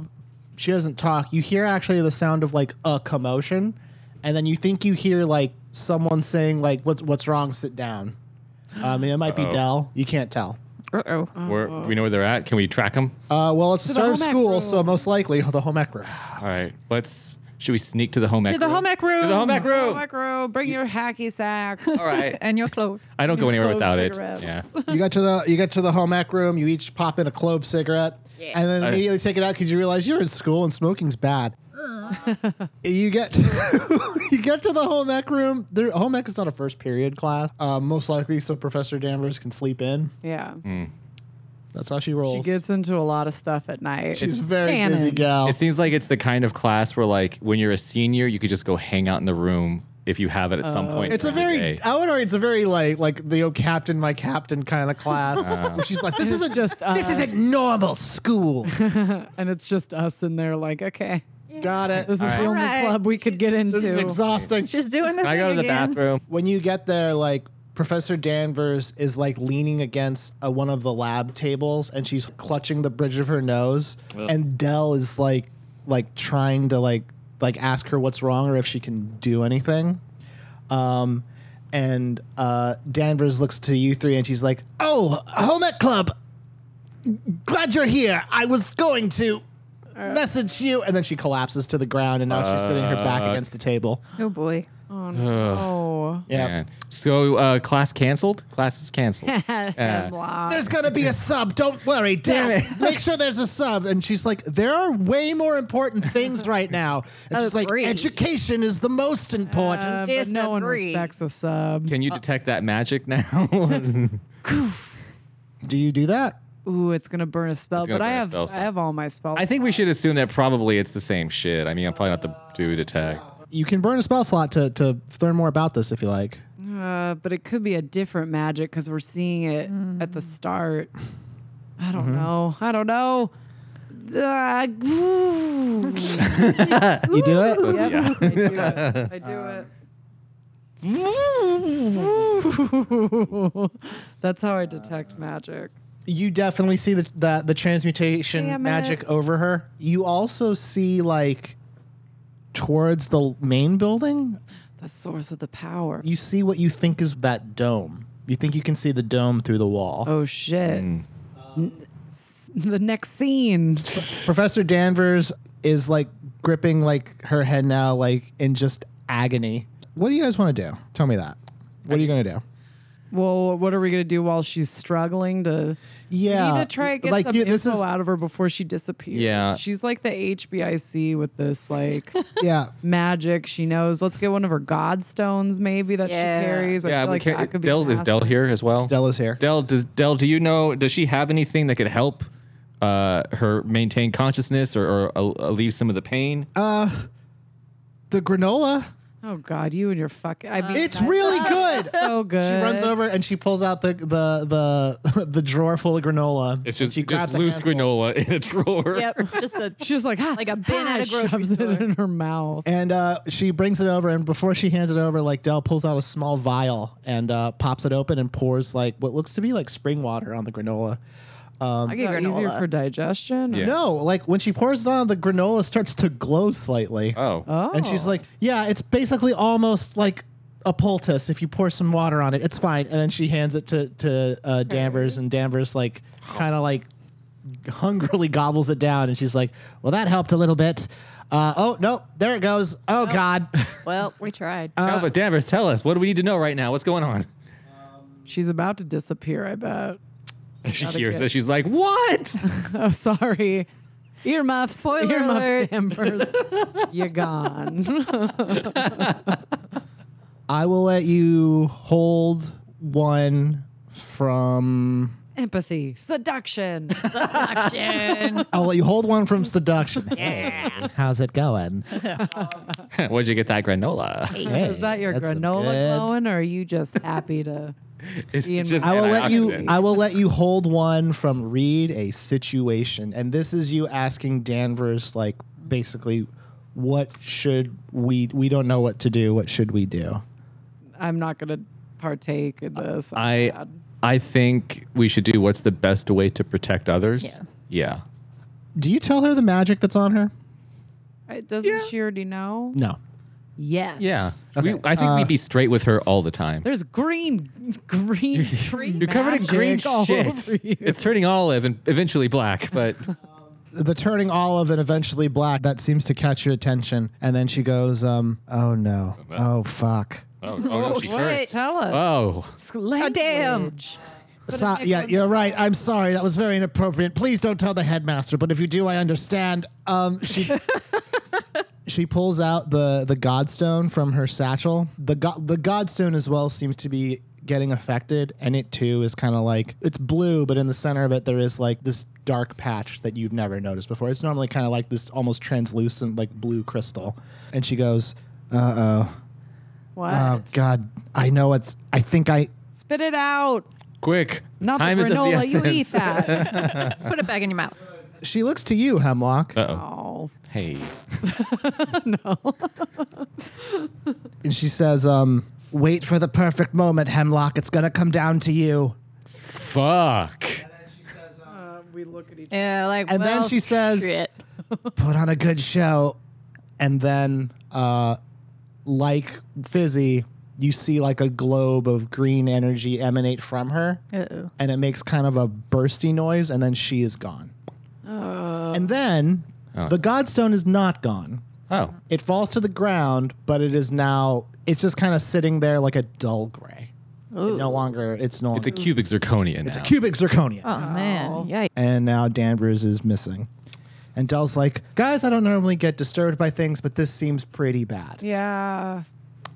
Speaker 2: She doesn't talk. You hear actually the sound of like a commotion, and then you think you hear like someone saying like what's what's wrong? Sit down. I mean, it might be
Speaker 4: Uh-oh.
Speaker 2: Dell. You can't tell.
Speaker 5: Uh-oh.
Speaker 4: Where, we know where they're at. Can we track them?
Speaker 2: Uh, well, it's the
Speaker 3: the
Speaker 2: start of
Speaker 3: home ec
Speaker 2: school,
Speaker 3: room.
Speaker 2: so most likely oh, the home ec room.
Speaker 4: All right, let's. Should we sneak to the home ec
Speaker 5: To the home ec room.
Speaker 4: To the home ec room.
Speaker 3: Home ec room, Bring your hacky sack.
Speaker 4: (laughs) All right.
Speaker 5: And your clove.
Speaker 4: I don't go anywhere
Speaker 3: Clove
Speaker 4: without it.
Speaker 3: cigarettes.
Speaker 4: Yeah. (laughs)
Speaker 2: You got to the you got to the home ec room. You each pop in a clove cigarette, and then
Speaker 4: I-
Speaker 2: immediately take it out because you realize you're in school and smoking's bad. you get you get to (laughs) the home ec room. There, home ec is not a first period class, uh, most likely, so Professor Danvers can sleep in.
Speaker 3: Yeah.
Speaker 4: Mm.
Speaker 2: That's how she
Speaker 3: She
Speaker 2: rolls.
Speaker 3: gets into a lot of stuff at night.
Speaker 2: She's a very
Speaker 3: Cannon.
Speaker 2: busy gal.
Speaker 4: It seems like it's the kind of class where, like, when you're a senior, you could just go hang out in the room if you have it at some point.
Speaker 2: It's a
Speaker 4: during the
Speaker 2: very
Speaker 4: day.
Speaker 2: I would argue it's a very like like the oh captain my captain kind of class.
Speaker 4: Uh.
Speaker 2: where she's like this isn't
Speaker 3: just
Speaker 2: this
Speaker 3: us.
Speaker 2: isn't normal school.
Speaker 3: and it's just us in there like, okay,
Speaker 2: got it.
Speaker 3: this is
Speaker 4: All
Speaker 3: the only
Speaker 5: right.
Speaker 3: club we could get into.
Speaker 2: This is exhausting.
Speaker 5: She's doing the
Speaker 4: Can I
Speaker 5: thing
Speaker 4: go to the
Speaker 5: again.
Speaker 4: bathroom.
Speaker 2: When you get there, like Professor Danvers is like leaning against uh, one of the lab tables, and she's clutching the bridge of her nose. And Dell is like, like trying to like, like ask her what's wrong or if she can do anything. Um, and uh, Danvers looks to you three, and she's like, "Oh, home at club. Glad you're here. I was going to." Message you, and then she collapses to the ground, and now she's sitting her back against the table.
Speaker 5: Oh boy.
Speaker 3: Oh, no.
Speaker 2: Yeah,
Speaker 4: Man. So, uh, class canceled? Class is (laughs) canceled.
Speaker 3: Uh, Hemlock.
Speaker 2: There's gonna be a sub. Don't worry. Damn it. Make sure there's a sub. And she's like, there are way more important things right now. And she's like,
Speaker 5: Agreed.
Speaker 2: education is the most important.
Speaker 3: Uh, but no one
Speaker 5: Disagree.
Speaker 3: respects a sub.
Speaker 4: Can you detect that
Speaker 2: (laughs)
Speaker 4: magic now? (laughs)
Speaker 2: Do you do that?
Speaker 3: Ooh, it's gonna burn a spell.
Speaker 4: It's gonna
Speaker 3: But I
Speaker 4: burn a
Speaker 3: have
Speaker 4: spell
Speaker 3: I
Speaker 4: slot.
Speaker 3: have all my spells.
Speaker 4: I think we should assume that probably it's the same shit. I mean, I'm probably not the dude detect.
Speaker 2: You can burn a spell slot to, to learn more about this if you like.
Speaker 3: Uh, but it could be a different magic because we're seeing it at the start. (sighs) I don't know. I don't know. Ah, ooh.
Speaker 2: You do it? (laughs)
Speaker 4: Yeah.
Speaker 3: I do it. I do it. (laughs) That's how I detect magic.
Speaker 2: You definitely see the the, the transmutation
Speaker 3: Damn it.
Speaker 2: magic over her. You also see like towards the main building,
Speaker 3: The source of the power.
Speaker 2: you see what you think is that dome. You think you can see the dome through the wall.
Speaker 3: Oh shit. N- s- the next scene.
Speaker 2: Professor Danvers is like gripping like her head now, like in just agony. What do you guys want to do? Tell me that. What are you gonna do?
Speaker 3: Well, what are we gonna do while she's struggling to?
Speaker 2: Yeah,
Speaker 3: we need to try and get
Speaker 2: like,
Speaker 3: some
Speaker 2: you-
Speaker 3: info
Speaker 2: this is-
Speaker 3: out of her before she disappears.
Speaker 4: Yeah.
Speaker 3: she's like the HBIC with this like (laughs)
Speaker 2: yeah.
Speaker 3: magic. She knows. Let's get one of her godstones, maybe that
Speaker 5: Yeah.
Speaker 3: she carries. I
Speaker 4: yeah,
Speaker 3: feel
Speaker 4: we
Speaker 3: like that
Speaker 4: can't.
Speaker 3: could be
Speaker 4: Dell's is
Speaker 3: passed.
Speaker 4: Dell here as well.
Speaker 2: Dell is here.
Speaker 4: Dell, does Dell? Do you know? Does she have anything that could help uh, her maintain consciousness or, or al- alleviate some of the pain?
Speaker 2: Oh, The granola.
Speaker 3: Oh God, you and your fucking. I mean,
Speaker 2: It's really good.
Speaker 3: so good.
Speaker 2: She runs over and she pulls out the the the, (laughs) the drawer full of granola.
Speaker 4: it's
Speaker 2: And
Speaker 4: just,
Speaker 2: she
Speaker 4: just
Speaker 2: a
Speaker 4: loose
Speaker 2: handful.
Speaker 4: granola in a drawer.
Speaker 5: Yep. Just a
Speaker 3: She's like, ah,
Speaker 5: Like a bin
Speaker 3: ah,
Speaker 5: at a grocery
Speaker 3: shoves
Speaker 5: store.
Speaker 3: it in her mouth.
Speaker 2: And uh, she brings it over, and before she hands it over, like Dell pulls out a small vial and uh, pops it open and pours like what looks to be like spring water on the granola. Um,
Speaker 5: I get
Speaker 3: Is that easier for digestion.
Speaker 4: Yeah.
Speaker 2: No, like when she pours it on, the granola starts to glow slightly.
Speaker 4: Oh.
Speaker 3: Oh.
Speaker 2: And she's like, "Yeah, it's basically almost like a poultice. If you pour some water on it, it's fine." And then she hands it to to uh, Danvers, and Danvers like kind of like hungrily gobbles it down, and she's like, "Well, that helped a little bit." Uh, oh no, there it goes. Oh God,
Speaker 5: Well, we (laughs) tried.
Speaker 4: No,
Speaker 2: Uh,
Speaker 4: but Danvers, tell us what do we need to know right now? What's going on? (laughs)
Speaker 3: she's about to disappear. I bet. (laughs)
Speaker 4: She
Speaker 3: Gotta
Speaker 4: hears
Speaker 3: get-
Speaker 4: it. She's like, "What?" (laughs)
Speaker 3: Oh, sorry. Earmuffs.
Speaker 5: Spoiler alert.
Speaker 3: Earmuffs, Amber.
Speaker 5: (laughs)
Speaker 3: You're gone.
Speaker 2: I will let you hold one from
Speaker 3: Empathy. Seduction.
Speaker 4: (laughs)
Speaker 2: I'll let you hold one from seduction. Yeah. How's it going?
Speaker 4: Where'd you get that granola?
Speaker 2: Hey,
Speaker 3: Is that your
Speaker 2: that's a
Speaker 3: granola
Speaker 2: good-
Speaker 3: glowing, or are you just happy to? (laughs)
Speaker 4: It's
Speaker 3: Ian,
Speaker 4: just
Speaker 2: I will let you
Speaker 4: antioxidants.
Speaker 2: I will let you hold one from read a situation. And this is you asking Danvers like basically what should we we don't know what to do, what should we do?
Speaker 3: I'm not gonna partake in this. I'm
Speaker 4: I
Speaker 3: bad.
Speaker 4: I think we should do what's the best way to protect others.
Speaker 5: Yeah.
Speaker 4: Yeah.
Speaker 2: Do you tell her the magic that's on her?
Speaker 3: I- Doesn't she already know?
Speaker 2: No.
Speaker 3: Yes.
Speaker 4: Yeah.
Speaker 2: Okay,
Speaker 4: We, I think
Speaker 2: uh,
Speaker 4: we'd be straight with her all the time.
Speaker 3: There's green, (laughs) green.
Speaker 4: (laughs) You're covered in green
Speaker 3: magic all
Speaker 4: shit.
Speaker 3: over you.
Speaker 4: It's turning olive and eventually black,
Speaker 3: (laughs)
Speaker 4: but
Speaker 2: The turning olive and eventually black, that seems to catch your attention. And then she goes, um, oh no. Oh fuck.
Speaker 4: oh, oh no, she
Speaker 5: Wait.
Speaker 4: turns.
Speaker 3: Tell us.
Speaker 4: Oh,
Speaker 3: Language.
Speaker 5: damn.
Speaker 2: So, yeah, you're right. I'm sorry. That was very inappropriate. Please don't tell the headmaster. But if you do, I understand. Um, she she pulls out the the godstone from her satchel. The go- the godstone as well seems to be getting affected, and it too is kind of like it's blue, but in the center of it there is like this dark patch that you've never noticed before. It's normally kind of like this almost translucent like blue crystal. And she goes, "Uh oh,
Speaker 3: What?
Speaker 2: oh God, I know it's. I think I."
Speaker 3: Spit it out.
Speaker 4: quick!
Speaker 3: Not
Speaker 4: Time
Speaker 3: the
Speaker 4: is of the
Speaker 3: granola. you
Speaker 4: essence.
Speaker 3: eat
Speaker 4: (laughs)
Speaker 3: that.
Speaker 5: Put it back in your mouth.
Speaker 2: She looks to you, Hemlock.
Speaker 4: Uh-oh.
Speaker 3: oh.
Speaker 4: Hey,
Speaker 2: and she says, um, "Wait for the perfect moment, Hemlock. It's gonna come down to you."
Speaker 4: fuck!
Speaker 3: Uh, we look at each
Speaker 5: Yeah, like.
Speaker 2: And then
Speaker 5: well,
Speaker 2: she says-
Speaker 5: shit.
Speaker 2: Put on a good show, and then, uh, like Fizzy, you see like a globe of green energy emanate from her,
Speaker 5: Uh-oh.
Speaker 2: and it makes kind of a bursty noise, and then she is gone.
Speaker 5: Uh.
Speaker 2: and then
Speaker 4: Oh.
Speaker 2: the Godstone is not gone.
Speaker 4: Oh,
Speaker 2: It falls to the ground, but it is now. It's just kind of sitting there like a dull gray. It no longer. It's no.
Speaker 4: it's
Speaker 2: Longer,
Speaker 4: a cubic zirconia now.
Speaker 2: it's a cubic zirconia.
Speaker 5: Oh, man. Yeah.
Speaker 2: and now Danvers is missing. And Dell's like, guys, I don't normally get disturbed by things, but this seems pretty bad.
Speaker 3: Yeah.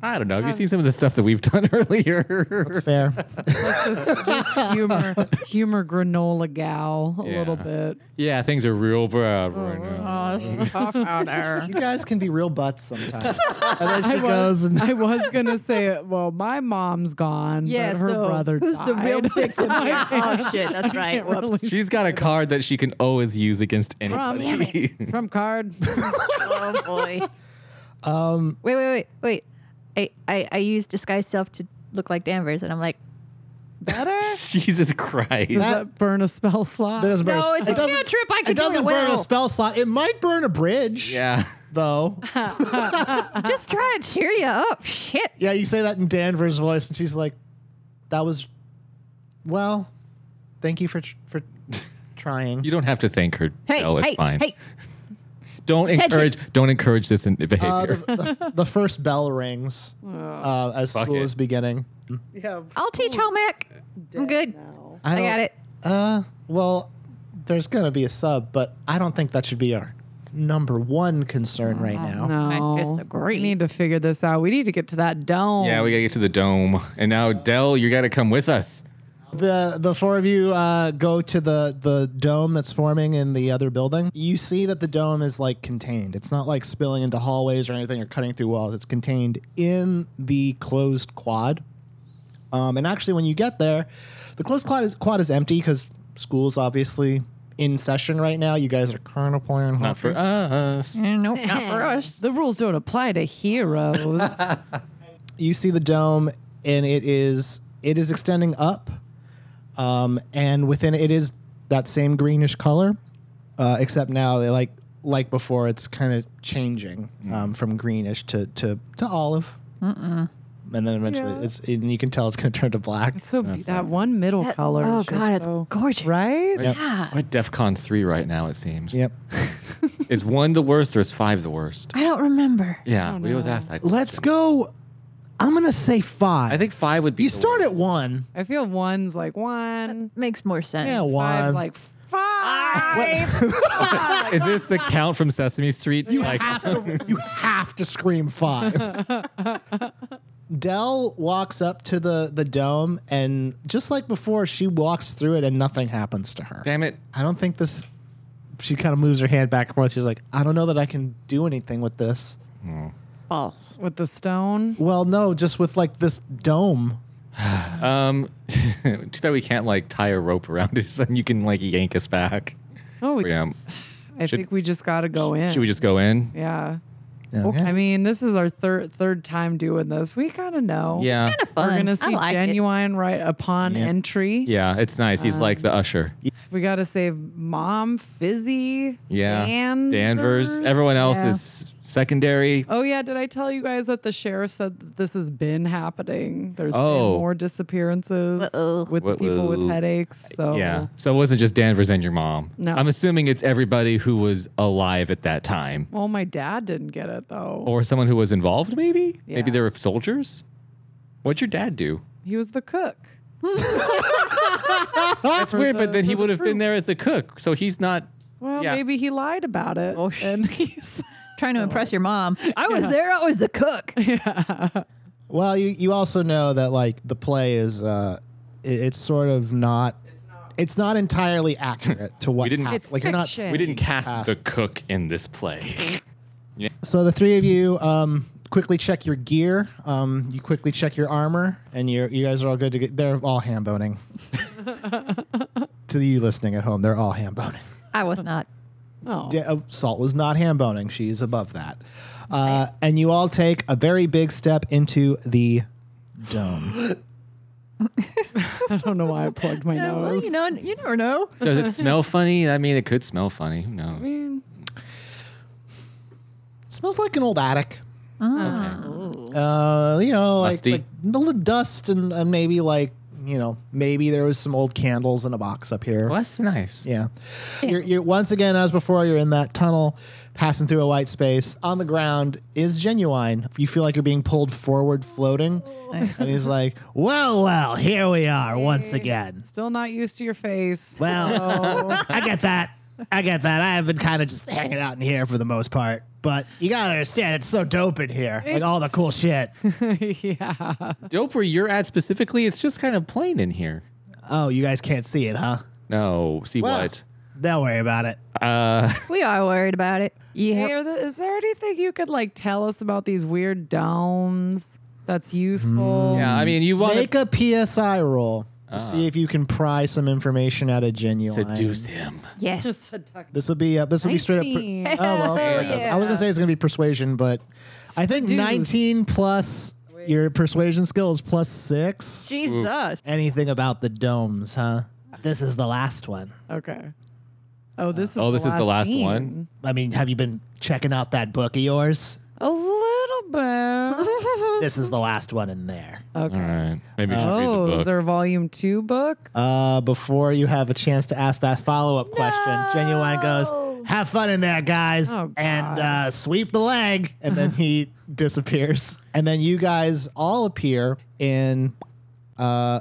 Speaker 4: I don't know.
Speaker 3: Uh,
Speaker 4: Have you seen some of the stuff that we've (laughs) done earlier?
Speaker 2: It's fair.
Speaker 3: (laughs) humor, humor granola gal a
Speaker 4: Yeah.
Speaker 3: little bit.
Speaker 4: yeah, things are real bad right now.
Speaker 5: Oh, tough out there.
Speaker 2: you guys can be real butts
Speaker 5: (laughs)
Speaker 2: sometimes. And then she goes, (laughs) and
Speaker 3: I was gonna say, well, my mom's gone,
Speaker 5: Yeah,
Speaker 3: but her
Speaker 5: so
Speaker 3: brother
Speaker 5: Who's
Speaker 2: (laughs)
Speaker 5: the real
Speaker 3: died. (laughs)
Speaker 5: victim? oh, shit. That's right.
Speaker 3: Can't really-
Speaker 4: (laughs)
Speaker 5: Whoops.
Speaker 4: She's got a card that she can always use against anybody.
Speaker 3: (laughs) Trump card.
Speaker 5: Oh, boy. Um, wait, wait, wait, wait. I, I, I used disguise self to look like Danvers, and I'm like,
Speaker 3: Better? Does
Speaker 4: (laughs) Jesus Christ!
Speaker 2: That-
Speaker 3: that burn a spell slot?
Speaker 2: that doesn't burn a-
Speaker 5: no, it's a
Speaker 2: it doesn't,
Speaker 5: bad trip. I
Speaker 2: it
Speaker 5: could do
Speaker 2: doesn't
Speaker 5: it
Speaker 2: burn
Speaker 5: well.
Speaker 2: a spell slot. It might burn a bridge,
Speaker 4: (laughs) yeah.
Speaker 5: (laughs)
Speaker 2: though.
Speaker 5: Just try to cheer you up. Shit.
Speaker 2: yeah, you say that in Danvers' voice, and she's like, that was, well, thank you for, tr- for trying.
Speaker 4: You don't have to thank her.
Speaker 5: Hey,
Speaker 4: Belle, it's
Speaker 5: hey,
Speaker 4: fine.
Speaker 5: hey.
Speaker 4: Don't
Speaker 5: Attention.
Speaker 4: encourage. Don't encourage this in
Speaker 2: Uh,
Speaker 5: (laughs)
Speaker 4: behavior.
Speaker 2: the, the, the first bell rings uh, as
Speaker 4: Fuck
Speaker 2: school
Speaker 4: it.
Speaker 2: is beginning.
Speaker 3: Yeah.
Speaker 5: I'll teach Homac. Oh, I'm good.
Speaker 3: now.
Speaker 5: I got
Speaker 2: don't-
Speaker 5: it.
Speaker 2: Uh, well, there's gonna be a sub, but I don't think that should be our number one concern right now.
Speaker 3: No.
Speaker 5: disagree.
Speaker 3: We need to figure this out. We need to get to that dome.
Speaker 4: Yeah, we gotta get to the dome. And now, Dell, you gotta come with us.
Speaker 2: The the four of you uh, go to the the dome that's forming in the other building. You see that the dome is like contained. It's not like spilling into hallways or anything or cutting through walls. It's contained in the closed quad. Um, and actually, when you get there, the closed quad is, quad is empty because school's obviously in session right now. You guys are currently playing.
Speaker 4: Not for us.
Speaker 5: Eh, Nope, not for us.
Speaker 3: The rules don't apply to
Speaker 5: (laughs)
Speaker 3: heroes.
Speaker 2: you see the dome and it is it is extending up um, and within it is that same greenish color uh, except now they like like before it's kind of changing
Speaker 4: Mm.
Speaker 2: um, from greenish to to, to olive Mm-mm. and then eventually
Speaker 3: Yeah.
Speaker 2: it's and you can tell it's going to turn to black
Speaker 3: so be- that one middle
Speaker 5: That-
Speaker 3: color.
Speaker 5: oh
Speaker 3: is just
Speaker 5: God, it's
Speaker 3: so-
Speaker 5: gorgeous.
Speaker 3: Right?
Speaker 2: Yep.
Speaker 5: Yeah.
Speaker 4: We're at DEF CON 3 right now, it seems.
Speaker 2: (laughs) yep
Speaker 4: Is one the worst or is five the worst?
Speaker 5: I don't remember.
Speaker 4: Yeah,
Speaker 3: don't
Speaker 4: we always
Speaker 3: know.
Speaker 4: ask that.
Speaker 2: let's go i'm going to say five
Speaker 4: I think five would be.
Speaker 2: you
Speaker 4: the
Speaker 2: start at
Speaker 4: worst.
Speaker 2: one
Speaker 3: I feel one's like one,
Speaker 5: Makes more sense.
Speaker 2: yeah one
Speaker 3: five's like five.
Speaker 4: Is this the count from Sesame Street?
Speaker 2: You have to. You have to scream five. Dell walks up to the the dome, and just like before, she walks through it, and nothing happens to her.
Speaker 4: Damn it.
Speaker 2: I don't think this. She kind of moves her hand back and forth. She's like, I don't know that I can do anything with this.
Speaker 5: False.
Speaker 3: With the stone.
Speaker 2: Well, no, just with like this dome.
Speaker 4: Um, (laughs) too bad we can't like tie a rope around (laughs) it so you can like yank us back.
Speaker 3: Oh, we,
Speaker 4: Yeah.
Speaker 3: I
Speaker 4: Should-
Speaker 3: think we just got to go in.
Speaker 4: Should we just go in?
Speaker 3: Yeah.
Speaker 2: Okay.
Speaker 3: I mean, this is our third third time doing this. We kind of know.
Speaker 4: Yeah.
Speaker 5: Fun.
Speaker 3: We're gonna
Speaker 5: I
Speaker 3: see
Speaker 5: like it.
Speaker 3: genuine right upon entry.
Speaker 4: Yeah, it's nice. He's like
Speaker 3: Um,
Speaker 4: the usher.
Speaker 3: We gotta save mom, Fizzy,
Speaker 4: Yeah.
Speaker 3: Dan-
Speaker 4: Danvers. Everyone else
Speaker 5: Yeah.
Speaker 4: is secondary.
Speaker 3: Oh yeah, did I tell you guys that the sheriff said that this has been happening? There's
Speaker 4: Oh.
Speaker 3: been more disappearances
Speaker 5: Uh-oh.
Speaker 3: with the people
Speaker 4: Uh-oh.
Speaker 3: with headaches. So
Speaker 4: Yeah. So it wasn't just Danvers and your mom.
Speaker 3: Oh. No.
Speaker 4: I'm assuming it's everybody who was alive at that time
Speaker 3: Well, my dad didn't get it though.
Speaker 4: or someone who was involved, maybe? Maybe
Speaker 3: Yeah.
Speaker 4: they were soldiers? What'd your dad do?
Speaker 3: He was the cook.
Speaker 4: That's weird, but
Speaker 3: the-
Speaker 4: then he
Speaker 3: for the
Speaker 4: would have been
Speaker 3: troop.
Speaker 4: there as the cook. So he's not.
Speaker 3: Well,
Speaker 4: Yeah.
Speaker 3: maybe he lied about it.
Speaker 5: Oh, sh-
Speaker 3: and (laughs) he's
Speaker 5: Trying to impress your mom. I was there. I was the cook.
Speaker 2: Well, you you also know that like the play is uh, it, it's sort of not. It's not entirely accurate to what
Speaker 4: didn't-
Speaker 2: happened.
Speaker 4: It's
Speaker 2: Like you're not.
Speaker 3: fiction.
Speaker 4: We didn't cast
Speaker 2: Cast.
Speaker 4: the cook in
Speaker 3: (laughs)
Speaker 4: this play.
Speaker 2: So the three of you um, quickly check your gear. Um, you quickly check your armor, and you you guys are all good to get. They're all ham boning. to you listening at home, they're all ham boning.
Speaker 5: I was not.
Speaker 3: oh.
Speaker 2: Da- uh, Salt was not ham boning. She's above that. Uh, and you all take a very big step into the dome.
Speaker 3: I don't know why I plugged my
Speaker 5: Yeah, well,
Speaker 3: nose.
Speaker 5: you know, you never know.
Speaker 4: Does it smell funny? I mean, it could smell funny. Who knows?
Speaker 2: it smells like an old attic.
Speaker 4: Okay.
Speaker 2: Uh, you know, like,
Speaker 4: Musty.
Speaker 2: like a little dust and uh, maybe like you know maybe there was some old candles in a box up here.
Speaker 4: Well, that's nice.
Speaker 2: Yeah. You're, you're once again, as before, you're in that tunnel, passing through a white space. On the ground is genuine. You feel like you're being pulled forward, floating. And he's like, "Well, well, here we are once again.
Speaker 3: Still not used to your face. (laughs)
Speaker 2: Well, I get that. I get that. I have been kind of just hanging out in here for the most part, but you gotta understand, it's so dope in here. Like all the cool shit.
Speaker 3: yeah.
Speaker 4: Dope where you're at specifically, it's just kind of plain in here.
Speaker 2: oh, you guys can't see it, huh?
Speaker 4: No, see
Speaker 2: Well,
Speaker 4: what?
Speaker 2: Don't worry about it.
Speaker 4: Uh,
Speaker 5: We are worried about it.
Speaker 3: Hey,
Speaker 5: Yeah.
Speaker 3: are the, is there anything you could like tell us about these weird domes that's useful?
Speaker 4: Hmm. yeah, I mean, you want
Speaker 2: Make
Speaker 4: to
Speaker 2: a PSI roll to see if you can pry some information out of genuine.
Speaker 4: seduce him.
Speaker 5: (laughs) Yes.
Speaker 2: This would be uh, this would be straight up. Per-
Speaker 3: 19.
Speaker 2: oh well, I was gonna say it's gonna be persuasion, but I think
Speaker 3: Dude.
Speaker 2: nineteen plus your persuasion skill is plus six.
Speaker 5: Jesus.
Speaker 2: Anything about the domes, huh? This is the last one.
Speaker 3: (laughs) okay. Oh, this is
Speaker 4: Oh, this is the last
Speaker 3: scene.
Speaker 4: one?
Speaker 2: I mean, have you been checking out that book of yours?
Speaker 3: A little
Speaker 5: (laughs)
Speaker 3: bit.
Speaker 2: This is the last one in there.
Speaker 3: Okay.
Speaker 4: All right. Maybe you should
Speaker 3: Oh,
Speaker 4: read the
Speaker 3: is
Speaker 4: book.
Speaker 3: there a volume two book?
Speaker 2: Uh, before you have a chance to ask that follow up question, Genuine goes, "Have fun in there, guys,
Speaker 3: Oh,
Speaker 2: and
Speaker 3: God.
Speaker 2: uh, sweep the
Speaker 3: (laughs)
Speaker 2: leg." And then he disappears. And then you guys all appear in Uh,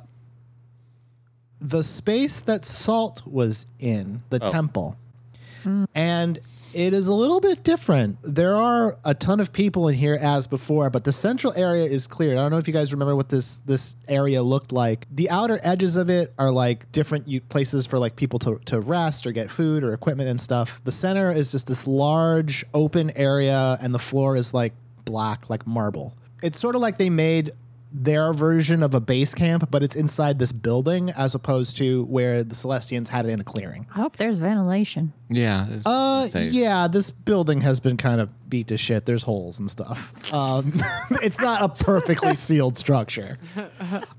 Speaker 2: the space that Salt was in, the
Speaker 4: Oh.
Speaker 2: temple, and it is a little bit different. There are a ton of people in here as before, but the central area is cleared. I don't know if you guys remember what this this area looked like. The outer edges of it are like different u- places for like people to, to rest or get food or equipment and stuff. The center is just this large open area, and the floor is like black, like marble. It's sort of like they made their version of a base camp, but it's inside this building as opposed to where the Celestians had it in a clearing.
Speaker 5: I hope there's ventilation.
Speaker 4: Yeah. it's
Speaker 2: Uh,
Speaker 4: safe.
Speaker 2: yeah, this building has been kind of beat to shit. There's holes and stuff. Um, (laughs) it's not a perfectly sealed structure.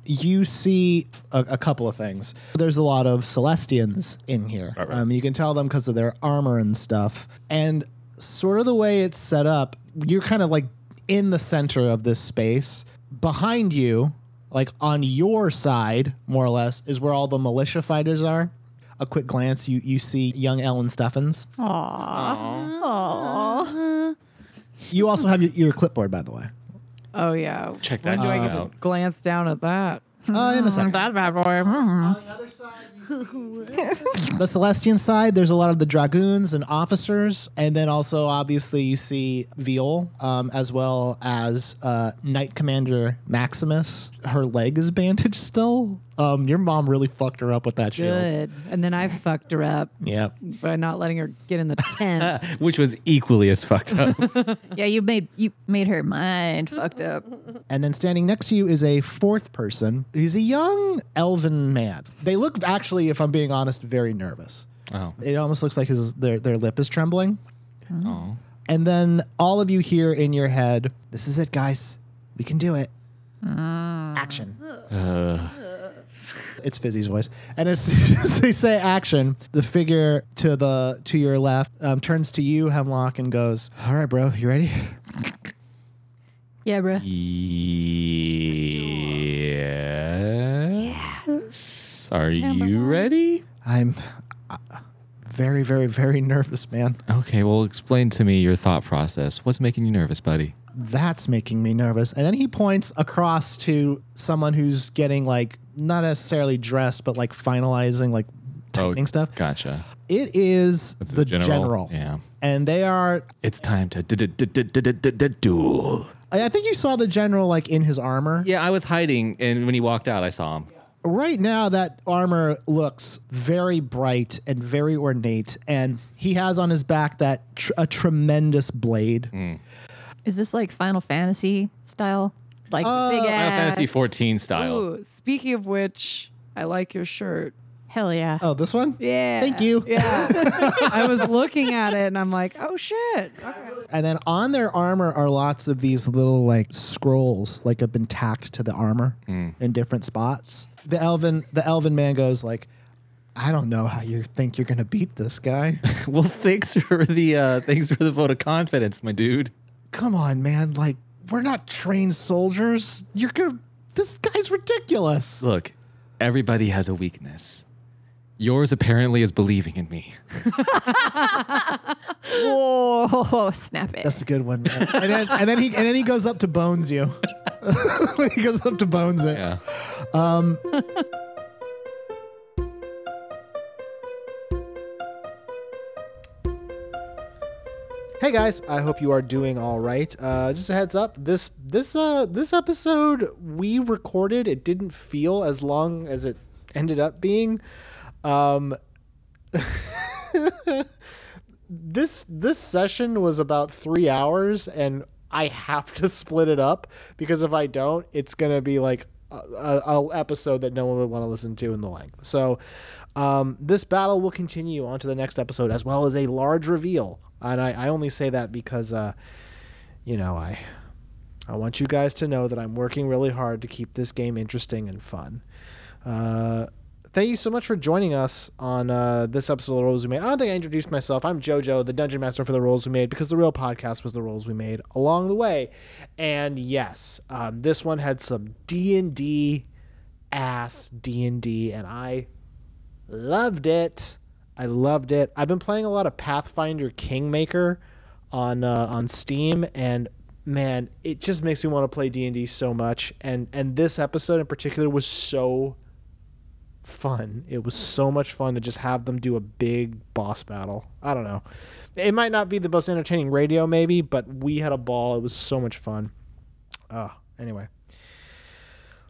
Speaker 2: You see a, a couple of things. There's a lot of Celestians in here. Um, you can tell them because of their armor and stuff. And sort of the way it's set up, you're kind of like in the center of this space. Behind you, like on your side, more or less, is where all the militia fighters are. A quick glance, you, you see young Ellen Steffens. You also have your, your clipboard, by the way.
Speaker 3: Oh yeah.
Speaker 4: Check
Speaker 3: When
Speaker 4: that
Speaker 3: do I get
Speaker 4: out.
Speaker 3: to glance down at that?
Speaker 2: Uh, in a second.
Speaker 5: That bad boy. Hmm.
Speaker 2: the Celestian side, there's a lot of the dragoons and officers, and then also obviously you see Viol, um, as well as uh, Knight Commander Maximus. Her leg is bandaged still. Um, your mom really fucked her up with that shield.
Speaker 3: Good. And then I fucked her up
Speaker 2: Yeah.
Speaker 3: by not letting her get in
Speaker 4: (laughs)
Speaker 3: the tent.
Speaker 4: Which was equally as fucked up. Oh,
Speaker 5: Yeah, you made you made her mind fucked up.
Speaker 2: And then standing next to you is a fourth person. He's a young elven man. They look actually, if I'm being honest, very nervous.
Speaker 4: oh.
Speaker 2: It almost looks like his their their lip is trembling.
Speaker 4: oh.
Speaker 2: And then all of you hear in your head, this is it, guys. We can do it. Action.
Speaker 4: Uh,
Speaker 2: It's Fizzy's voice. And as (laughs) soon as they say action, the figure to the to your left um, turns to you, Hemlock, and goes, All right, bro, you ready?
Speaker 5: Yeah, bruh.
Speaker 4: Yes. Are you ready?
Speaker 2: I'm uh, very, very, very nervous, man.
Speaker 4: Okay, well, explain to me your thought process. What's making you nervous, buddy?
Speaker 2: That's making me nervous. And then he points across to someone who's getting like not necessarily dressed, but like finalizing, like
Speaker 4: Oh,
Speaker 2: tightening stuff.
Speaker 4: Gotcha.
Speaker 2: It is
Speaker 4: That's
Speaker 2: the general.
Speaker 4: Yeah.
Speaker 2: And they are
Speaker 4: It's time to d- d- d- d- d- d- d- d- duel.
Speaker 2: I I think you saw the general like in his armor.
Speaker 4: Yeah, I was hiding, and when he walked out, I saw him.
Speaker 2: Right now, that armor looks very bright and very ornate, and he has on his back that tr- a tremendous blade.
Speaker 5: Is this like Final Fantasy style? Like big
Speaker 4: Oh, Final
Speaker 5: ass.
Speaker 4: Fantasy 14 style. (laughs)
Speaker 3: Ooh, speaking of which, I like your shirt.
Speaker 5: Hell yeah.
Speaker 2: Oh, this one?
Speaker 3: Yeah.
Speaker 2: Thank you.
Speaker 3: (laughs) Yeah. I was looking at it and I'm like, oh shit.
Speaker 2: And then on their armor are lots of these little like scrolls, like have been tacked to the armor in different spots. The elven, the elven man goes like, "I don't know how you think you're gonna beat this guy."
Speaker 4: Well, thanks for the uh, thanks for the vote of confidence, my dude.
Speaker 2: come on, man. Like, we're not trained soldiers. You're gonna. This guy's ridiculous.
Speaker 4: Look, everybody has a weakness. Yours apparently is believing in me.
Speaker 5: Whoa, (laughs) snap it.
Speaker 2: That's a good one, man. and, then, and then he and then he goes up to bones you. (laughs) he goes up to bones it.
Speaker 4: (laughs) Yeah.
Speaker 2: Hey guys, I hope you are doing all right. Uh, just a heads up, this this uh this episode we recorded. It didn't feel as long as it ended up being. Um, (laughs) this this session was about three hours, and I have to (laughs) split it up because if I don't, it's gonna be like a, a, a episode that no one would want to listen to in the length. So, um, this battle will continue on to the next episode, as well as a large reveal. And I, I only say that because, uh, you know, I I want you guys to know that I'm working really hard to keep this game interesting and fun. Uh, thank you so much for joining us on uh, this episode of the Rules We Made. I don't think I introduced myself. I'm JoJo, the Dungeon Master for the Rules We Made, because the real podcast was the Rules We Made along the way. And yes, um, this one had some D and D ass D and D, and I loved it. I loved it. I've been playing a lot of Pathfinder Kingmaker on uh, on Steam, and man, it just makes me want to play D and D so much. And and this episode in particular was so fun. It was so much fun to just have them do a big boss battle. I don't know. It might not be the most entertaining radio, maybe, but we had a ball. It was so much fun. Oh, anyway,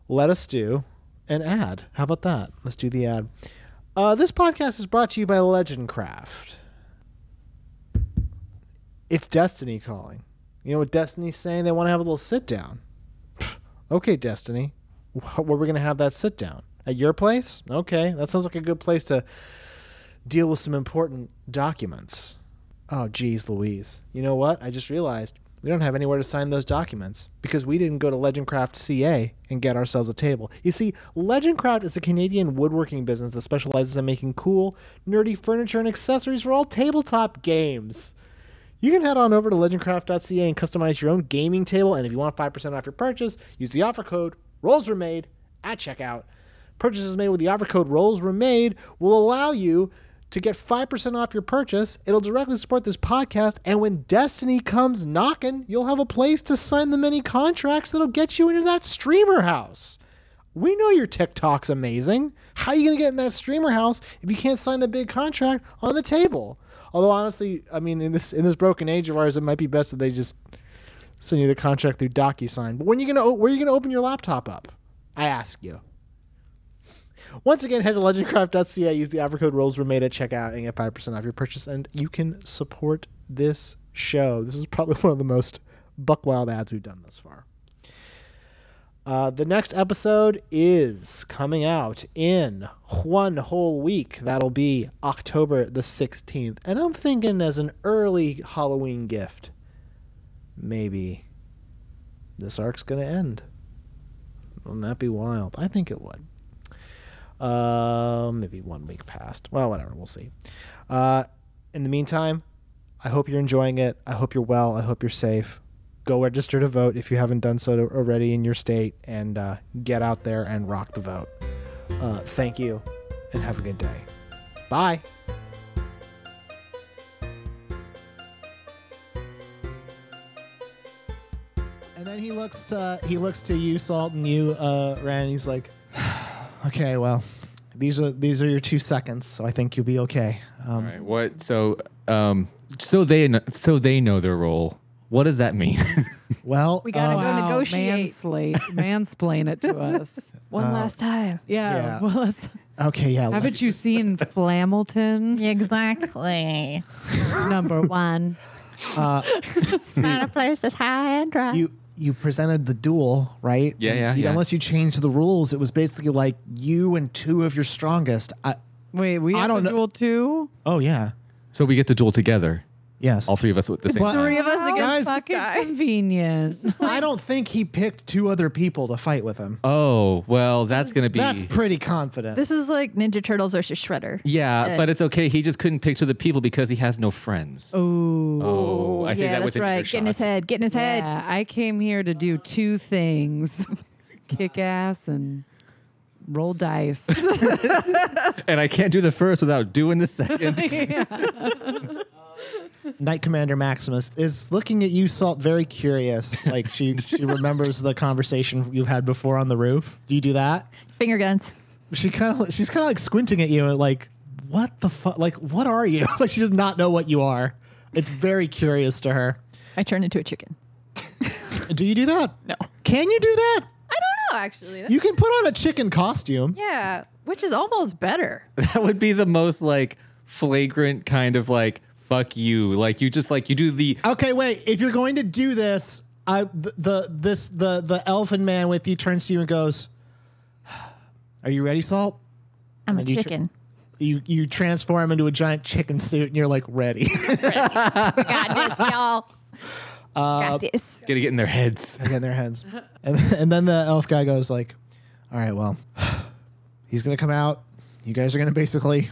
Speaker 2: let us do an ad. How about that? Let's do the ad. Uh, this podcast is brought to you by Legendcraft. It's Destiny calling. You know what Destiny's saying? They want to have a little sit down. (sighs) okay, Destiny. Wh- Where we going to have that sit down? At your place? Okay, that sounds like a good place to deal with some important documents. Oh, geez, Louise. You know what? I just realized we don't have anywhere to sign those documents because we didn't go to Legendcraft CA and get ourselves a table. You see, Legendcraft is a Canadian woodworking business that specializes in making cool, nerdy furniture and accessories for all tabletop games. You can head on over to legendcraft.ca and customize your own gaming table. And if you want 5% off your purchase, use the offer code Rolls Were Made at checkout. Purchases made with the offer code Rolls Were Made will allow you to get 5% off your purchase. It'll directly support this podcast. And when Destiny comes knocking, you'll have a place to sign the many contracts that'll get you into that streamer house. We know your TikTok's amazing. How are you going to get in that streamer house if you can't sign the big contract on the table? Although honestly, I mean, in this in this broken age of ours, it might be best that they just send you the contract through DocuSign. But when you gonna o- where are you gonna open your laptop up? I ask you. Once again, head to legendcraft.ca, use the offer code rolls were made at checkout, and get five percent off your purchase. And you can support this show. This is probably (laughs) one of the most buck wild ads we've done thus far. Uh, the next episode is coming out in one whole week. That'll be October the 16th. And I'm thinking as an early Halloween gift, maybe this arc's going to end. Wouldn't that be wild? I think it would. Uh, maybe one week past. Well, whatever. We'll see. Uh, in the meantime, I hope you're enjoying it. I hope you're well. I hope you're safe. Go register to vote if you haven't done so already in your state, and uh, get out there and rock the vote. Uh, thank you, and have a good day. Bye. And then he looks to he looks to you, Salt, and you, uh, Ran. He's like, "Okay, well, these are these are your two seconds, so I think you'll be okay." Um,
Speaker 4: All right, what? So, um, so they kn- so they know their role. What does that mean? (laughs)
Speaker 2: Well,
Speaker 5: We gotta
Speaker 2: um,
Speaker 5: go negotiate.
Speaker 3: Mansplay, mansplain it to us.
Speaker 5: One last time.
Speaker 2: (laughs)
Speaker 3: Yeah.
Speaker 2: Yeah. (laughs)
Speaker 3: Well, let's-
Speaker 2: Okay, yeah.
Speaker 3: haven't
Speaker 2: let's-
Speaker 3: you seen Flamilton?
Speaker 5: Exactly.
Speaker 3: Number one.
Speaker 5: Not a place that's high and dry.
Speaker 2: you you presented the duel, right?
Speaker 4: Yeah,
Speaker 2: And
Speaker 4: yeah,
Speaker 2: you-
Speaker 4: yeah.
Speaker 2: Unless you changed the rules, it was basically like you and two of your strongest. I,
Speaker 3: Wait, we
Speaker 2: I
Speaker 3: have
Speaker 2: don't
Speaker 3: a
Speaker 2: know-
Speaker 3: duel too?
Speaker 2: oh yeah,
Speaker 4: so we get to duel together,
Speaker 2: yes.
Speaker 4: all three of us at the same
Speaker 2: What?
Speaker 4: time.
Speaker 3: Three of us against
Speaker 2: Guys-
Speaker 3: fucking convenient.
Speaker 2: I don't think he picked two other people to fight with him.
Speaker 4: Oh, well, that's gonna be.
Speaker 2: That's pretty confident.
Speaker 5: this is like Ninja Turtles versus Shredder.
Speaker 4: yeah, but it's okay. He just couldn't picture the people because he has no
Speaker 3: (laughs)
Speaker 4: friends.
Speaker 3: Ooh.
Speaker 4: Oh, I think
Speaker 5: yeah,
Speaker 4: that was
Speaker 5: that's
Speaker 4: an
Speaker 5: right. Get in his head. Get in his head.
Speaker 3: Yeah, I came here to do two things (laughs) kick ass and roll dice.
Speaker 4: And I can't do the first without doing the second.
Speaker 5: (laughs)
Speaker 4: (laughs)
Speaker 2: Knight Commander Maximus is looking at you, Salt, very curious. Like she
Speaker 4: (laughs)
Speaker 2: she remembers the conversation you had before on the roof. Do you do that?
Speaker 5: Finger guns.
Speaker 2: she kind of she's kind of like squinting at you and like what the fuck like what are you (laughs) like she does not know what you are it's very curious to her
Speaker 5: I turned into a chicken.
Speaker 2: do you do that
Speaker 5: No.
Speaker 2: can you do that
Speaker 5: I don't know, actually.
Speaker 2: you can put on a chicken costume
Speaker 5: yeah, which is almost better.
Speaker 4: that would be the most like flagrant kind of like fuck you. Like you just like you do the
Speaker 2: okay wait if you're going to do this i the, the this the the elfin man with you turns to you and goes are you ready salt
Speaker 5: I'm a
Speaker 2: And you tr-
Speaker 5: chicken.
Speaker 2: you you transform into a giant chicken suit and you're like ready
Speaker 5: Got (laughs) this, y'all. Got this.
Speaker 4: gotta get in their heads.
Speaker 2: They get in their heads. And, (laughs) and then the elf guy goes like, all right, well, he's going to come out. You guys are going to basically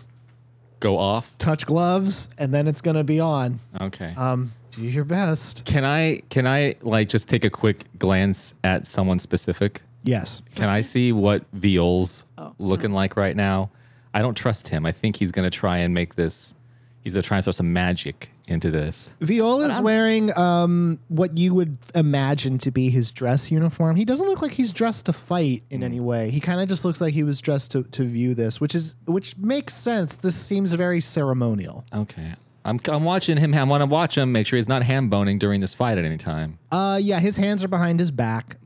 Speaker 4: Go off.
Speaker 2: touch gloves and then it's going to be on.
Speaker 4: Okay.
Speaker 2: Um, do your best.
Speaker 4: can I can I like just take a quick glance at someone specific?
Speaker 2: Yes.
Speaker 4: Can I see what Viole's looking like right now? I don't trust him. I think he's gonna try and make this he's uh, trying to throw some magic into this.
Speaker 2: Viola's wearing um, what you would imagine to be his dress uniform. He doesn't look like he's dressed to fight in any way. He kind of just looks like he was dressed to, to view this, which is which makes sense. This seems very ceremonial.
Speaker 4: Okay. I'm, I'm watching him. I want to watch him, make sure he's not ham boning during this fight at any time.
Speaker 2: Uh, yeah, his hands are behind his back.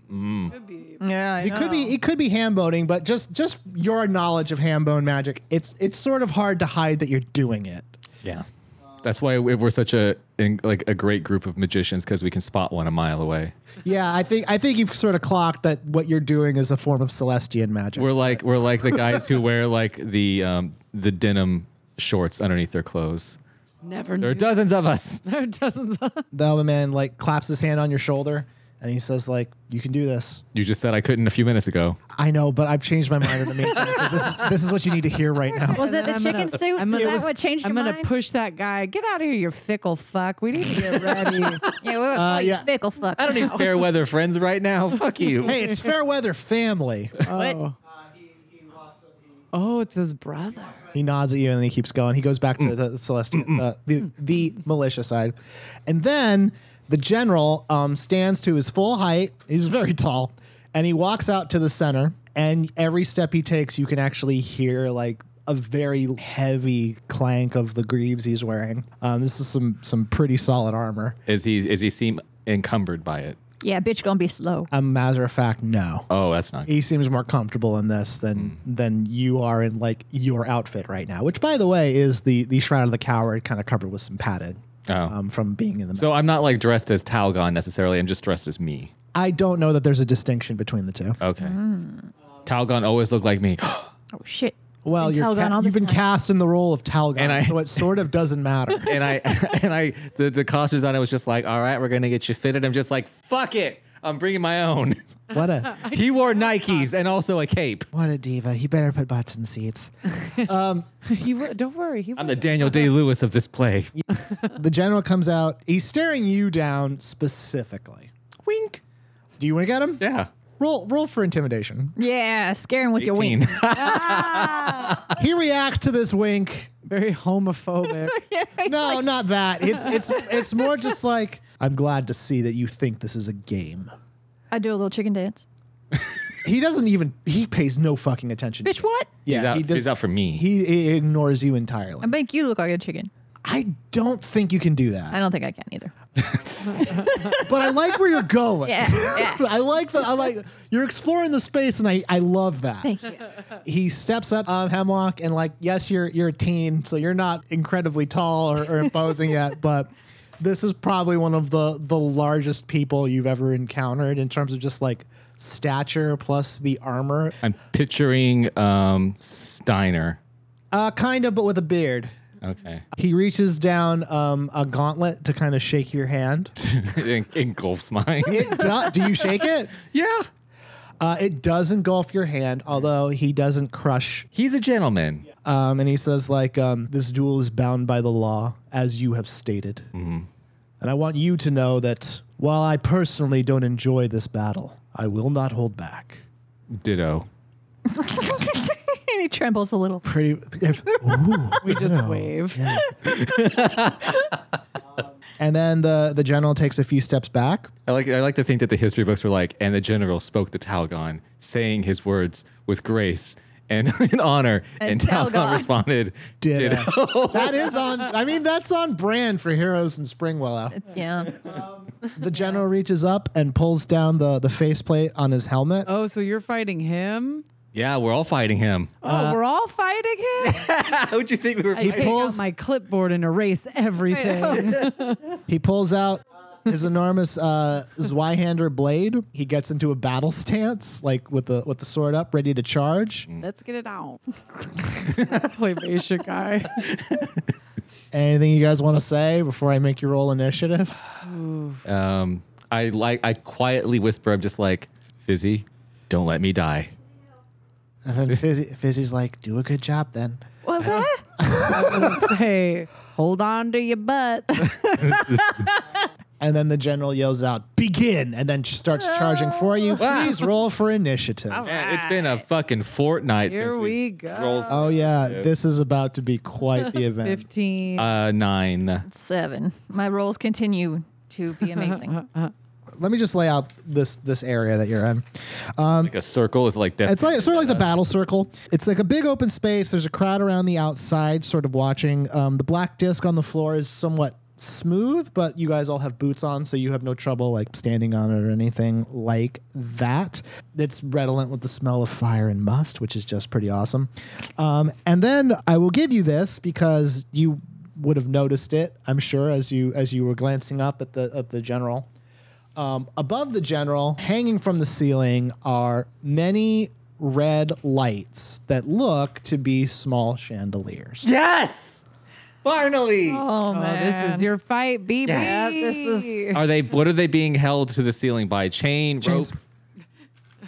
Speaker 5: Yeah, I
Speaker 2: It could
Speaker 5: know.
Speaker 2: be it could be ham boning, but just just your knowledge of ham bone magic, it's it's sort of hard to hide that you're doing it.
Speaker 4: Yeah. That's why we- we're such a in, like a great group of magicians because we can spot one a mile away.
Speaker 2: Yeah, I think I think you've sort of clocked that what you're doing is a form of Celestian magic.
Speaker 4: We're like we're like the guys who wear like the um, the denim shorts underneath their clothes.
Speaker 3: Never
Speaker 4: There are
Speaker 3: knew.
Speaker 4: dozens of us.
Speaker 3: There are dozens of
Speaker 2: the other man like claps his hand on your shoulder and he says like you can do this
Speaker 4: You just said I couldn't a few minutes ago.
Speaker 2: i know but i've changed my mind in the meantime because this, is- this is what you need to hear right
Speaker 5: (laughs)
Speaker 2: now
Speaker 5: Was it the
Speaker 3: I'm
Speaker 5: chicken
Speaker 3: gonna-
Speaker 5: suit?
Speaker 3: I'm
Speaker 5: Is
Speaker 3: gonna-
Speaker 5: that what changed
Speaker 3: I'm
Speaker 5: your
Speaker 3: gonna
Speaker 5: mind?
Speaker 3: push that guy. Get out of here, you fickle fuck. We need to get
Speaker 5: (laughs)
Speaker 3: ready.
Speaker 5: yeah, we were uh,
Speaker 2: yeah.
Speaker 5: fickle fuck.
Speaker 4: I don't need fair weather friends right now. Fuck you.
Speaker 2: hey it's fair weather family
Speaker 3: oh. oh, it's his brother. (laughs)
Speaker 2: he nods at you and then he keeps going he goes back to the celestial uh, the, the militia side and then the general um, stands to his full height he's very tall and he walks out to the center and every step he takes you can actually hear like a very heavy clank of the greaves he's wearing. Um, this is some some pretty solid armor.
Speaker 4: Is he is he seem encumbered by it?
Speaker 5: Yeah, bitch, gonna be slow.
Speaker 2: A Um, matter of fact, no.
Speaker 4: Oh, that's not.
Speaker 2: He seems more comfortable in this than
Speaker 4: Hmm.
Speaker 2: than you are in like your outfit right now, which by the way is the the shroud of the coward kind of covered with some padded.
Speaker 4: Oh.
Speaker 2: Um, from being in the.
Speaker 4: So I'm not like dressed as Talgon necessarily. I'm just dressed as me.
Speaker 2: I don't know that there's a distinction between the two.
Speaker 4: Okay. Talgon always looked like me.
Speaker 5: Oh shit.
Speaker 2: Well,
Speaker 5: Been
Speaker 2: you're
Speaker 5: Talgon
Speaker 2: ca-
Speaker 5: all
Speaker 2: you've
Speaker 5: this
Speaker 2: been
Speaker 5: time.
Speaker 2: cast in the role of
Speaker 4: And I-
Speaker 2: Talgon, so it sort of doesn't matter.
Speaker 5: (laughs)
Speaker 4: and I (laughs) and I the the costume designer was just like, "All right, we're gonna get you fitted." I'm just like, "Fuck it, I'm bringing my own."
Speaker 2: What a
Speaker 4: he wore Nikes and also a cape.
Speaker 2: what a diva. He better put butts in seats.
Speaker 3: He wo- don't worry. He
Speaker 4: I'm the Daniel Day Lewis of this play.
Speaker 2: The general comes out. He's staring you down specifically. Wink. Do you wink at him?
Speaker 4: Yeah,
Speaker 2: Roll roll for intimidation.
Speaker 5: Yeah, scare him with your wing.
Speaker 4: 18.
Speaker 2: he reacts to this wink.
Speaker 3: very
Speaker 5: (laughs)
Speaker 3: homophobic.
Speaker 2: (laughs) No, not that. It's it's it's more just like I'm glad to see that you think this is a game.
Speaker 5: I do a little chicken dance.
Speaker 2: He doesn't even he pays no fucking attention.
Speaker 5: Bitch, what?
Speaker 4: he's out,
Speaker 2: he does-
Speaker 4: he's out for me.
Speaker 2: He, he ignores you entirely.
Speaker 5: I make you look like a chicken.
Speaker 2: I don't think you can do
Speaker 5: I
Speaker 2: that.
Speaker 5: don't think I can (laughs) either.
Speaker 2: But I like
Speaker 5: (laughs)
Speaker 2: where you're going.
Speaker 5: Yeah, yeah.
Speaker 2: (laughs) I like the I like you're exploring the space and I I love that.
Speaker 5: Thank you. (laughs)
Speaker 2: he steps up um, hemlock and like yes you're you're a teen so you're not incredibly tall or, or imposing yet but this is probably one of the the largest people you've ever encountered in terms of just like stature plus the armor
Speaker 4: I'm picturing um, Steiner.
Speaker 2: uh kind of but with a beard
Speaker 4: Okay, (laughs)
Speaker 2: he reaches down um, a gauntlet to kind of shake your hand
Speaker 4: En- engulfs mine.
Speaker 2: it do, do you shake it
Speaker 4: yeah,
Speaker 2: uh, it does engulf your hand although he doesn't crush
Speaker 4: he's a gentleman.
Speaker 2: um, and he says like um, this duel is bound by the law as you have stated and i want you to know that while i personally don't enjoy this battle i will not hold back
Speaker 4: Ditto.
Speaker 5: and he trembles a little.
Speaker 2: pretty Ooh.
Speaker 3: We just
Speaker 4: Oh,
Speaker 3: wave.
Speaker 2: (laughs) and then the, the general takes a few steps back
Speaker 4: I like I like to think that the history books were like, and the general spoke to Talgon, saying his words with grace and (laughs) in honor, and,
Speaker 5: And
Speaker 4: Talgon,
Speaker 5: Talgon.
Speaker 4: responded,
Speaker 2: Ditto.
Speaker 4: "Ditto." (laughs)
Speaker 2: that is on i mean that's on brand for heroes in spring willow
Speaker 5: (laughs) Yeah.
Speaker 2: the general reaches up and pulls down the, the faceplate on his helmet
Speaker 3: Oh, so you're fighting him?
Speaker 4: Yeah, we're all fighting him.
Speaker 3: Oh, we're all fighting him.
Speaker 4: (laughs) How'd Uh, you think we were?
Speaker 3: I take out
Speaker 2: pulls-
Speaker 3: my clipboard and erase (laughs)
Speaker 5: (laughs)
Speaker 3: everything.
Speaker 2: He pulls out his enormous uh, Zweihander blade. He gets into a battle stance, like with the with the sword up, ready to charge.
Speaker 3: Let's get it out. (laughs) Play basic guy. (laughs)
Speaker 2: Anything you guys want to say before I make you roll initiative?
Speaker 4: Um, I like. I quietly whisper. I'm just like, Fizzy, don't let me die.
Speaker 2: And then Fizzy, Fizzy's like, "Do a good job, then."
Speaker 5: What? what?
Speaker 3: (laughs) Hey, hold on to your butt.
Speaker 2: And then the general yells out, begin, and then starts charging for you. Please roll for initiative.
Speaker 4: Man, it's been a fucking fortnight
Speaker 3: Here
Speaker 4: since
Speaker 3: we
Speaker 4: we
Speaker 3: go.
Speaker 4: rolled
Speaker 2: Oh, yeah. This is about to be quite the
Speaker 3: (laughs)
Speaker 2: event.
Speaker 3: 15.
Speaker 4: uh, nine.
Speaker 5: Seven. My rolls continue to be (laughs) amazing.
Speaker 2: Let me just lay out this this area that you're in.
Speaker 4: like a circle is like that.
Speaker 2: It's like sort of like the battle circle. It's like a big open space. There's a crowd around the outside, sort of watching. Um, the black disc on the floor is somewhat smooth, but you guys all have boots on, so you have no trouble like standing on it or anything like that. It's redolent with the smell of fire and must, which is just pretty awesome. Um, and then I will give you this because you would have noticed it, I'm sure, as you as you were glancing up at the at the general. Um, above the general, hanging from the ceiling, are many red lights that look to be small chandeliers.
Speaker 6: Yes! Finally!
Speaker 5: Oh,
Speaker 3: oh,
Speaker 5: man.
Speaker 3: this is your fight, BB.
Speaker 6: Yeah,
Speaker 3: this is.
Speaker 4: Are they? What are they being held to the ceiling by? Chain,
Speaker 2: Chains.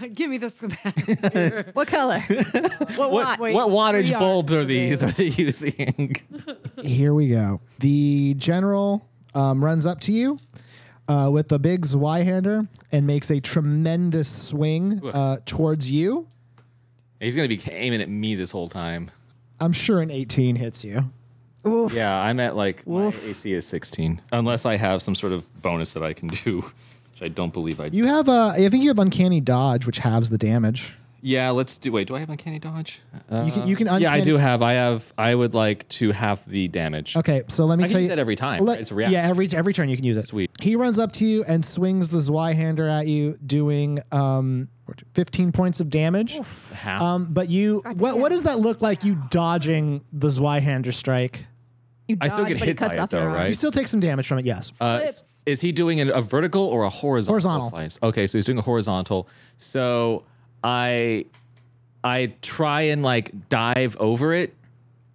Speaker 4: rope.
Speaker 3: (laughs) Give me the schematic.
Speaker 5: What color? (laughs) what,
Speaker 4: What,
Speaker 5: what?
Speaker 3: wait,
Speaker 4: what wattage
Speaker 3: three
Speaker 4: bulbs
Speaker 3: yards
Speaker 4: are these? Are they (laughs) using?
Speaker 2: Here we go. The general um, runs up to you uh, with a big Zweihander and makes a tremendous swing uh, towards you.
Speaker 4: He's gonna be aiming at me this whole time.
Speaker 2: I'm sure an 18 hits you.
Speaker 4: Yeah, I'm at like my AC is 16, unless I have some sort of bonus that I can do, (laughs) which I don't believe I do.
Speaker 2: You have a, I think you have uncanny dodge, which halves the damage.
Speaker 4: Yeah, let's do. Wait, do I have uncanny dodge? Uh,
Speaker 2: You can, you can.
Speaker 4: yeah, I
Speaker 2: uncanny-
Speaker 4: do have. I have. I would like to half the damage.
Speaker 2: Okay, so let me
Speaker 4: I can
Speaker 2: tell
Speaker 4: use
Speaker 2: you
Speaker 4: that every time, right? It's a reaction.
Speaker 2: Yeah, every every turn you can use it.
Speaker 4: Sweet.
Speaker 2: He runs up to you and swings the Zweihander at you, doing um, 15 points of damage.
Speaker 4: Half.
Speaker 2: Um, but you, what what does that look like? You dodging the Zweihander strike?
Speaker 5: You
Speaker 4: I still
Speaker 5: dodge,
Speaker 4: get
Speaker 5: but it
Speaker 4: hit by
Speaker 5: cuts
Speaker 4: it
Speaker 5: off your
Speaker 4: though,
Speaker 5: arm.
Speaker 2: You
Speaker 4: right?
Speaker 2: still take some damage from it. Yes.
Speaker 4: Uh, s-
Speaker 3: Splits.
Speaker 4: is he doing an, a vertical or a horizontal,
Speaker 2: Horizontal.
Speaker 4: slice? Okay, so he's doing a horizontal. So I I try and like dive over it,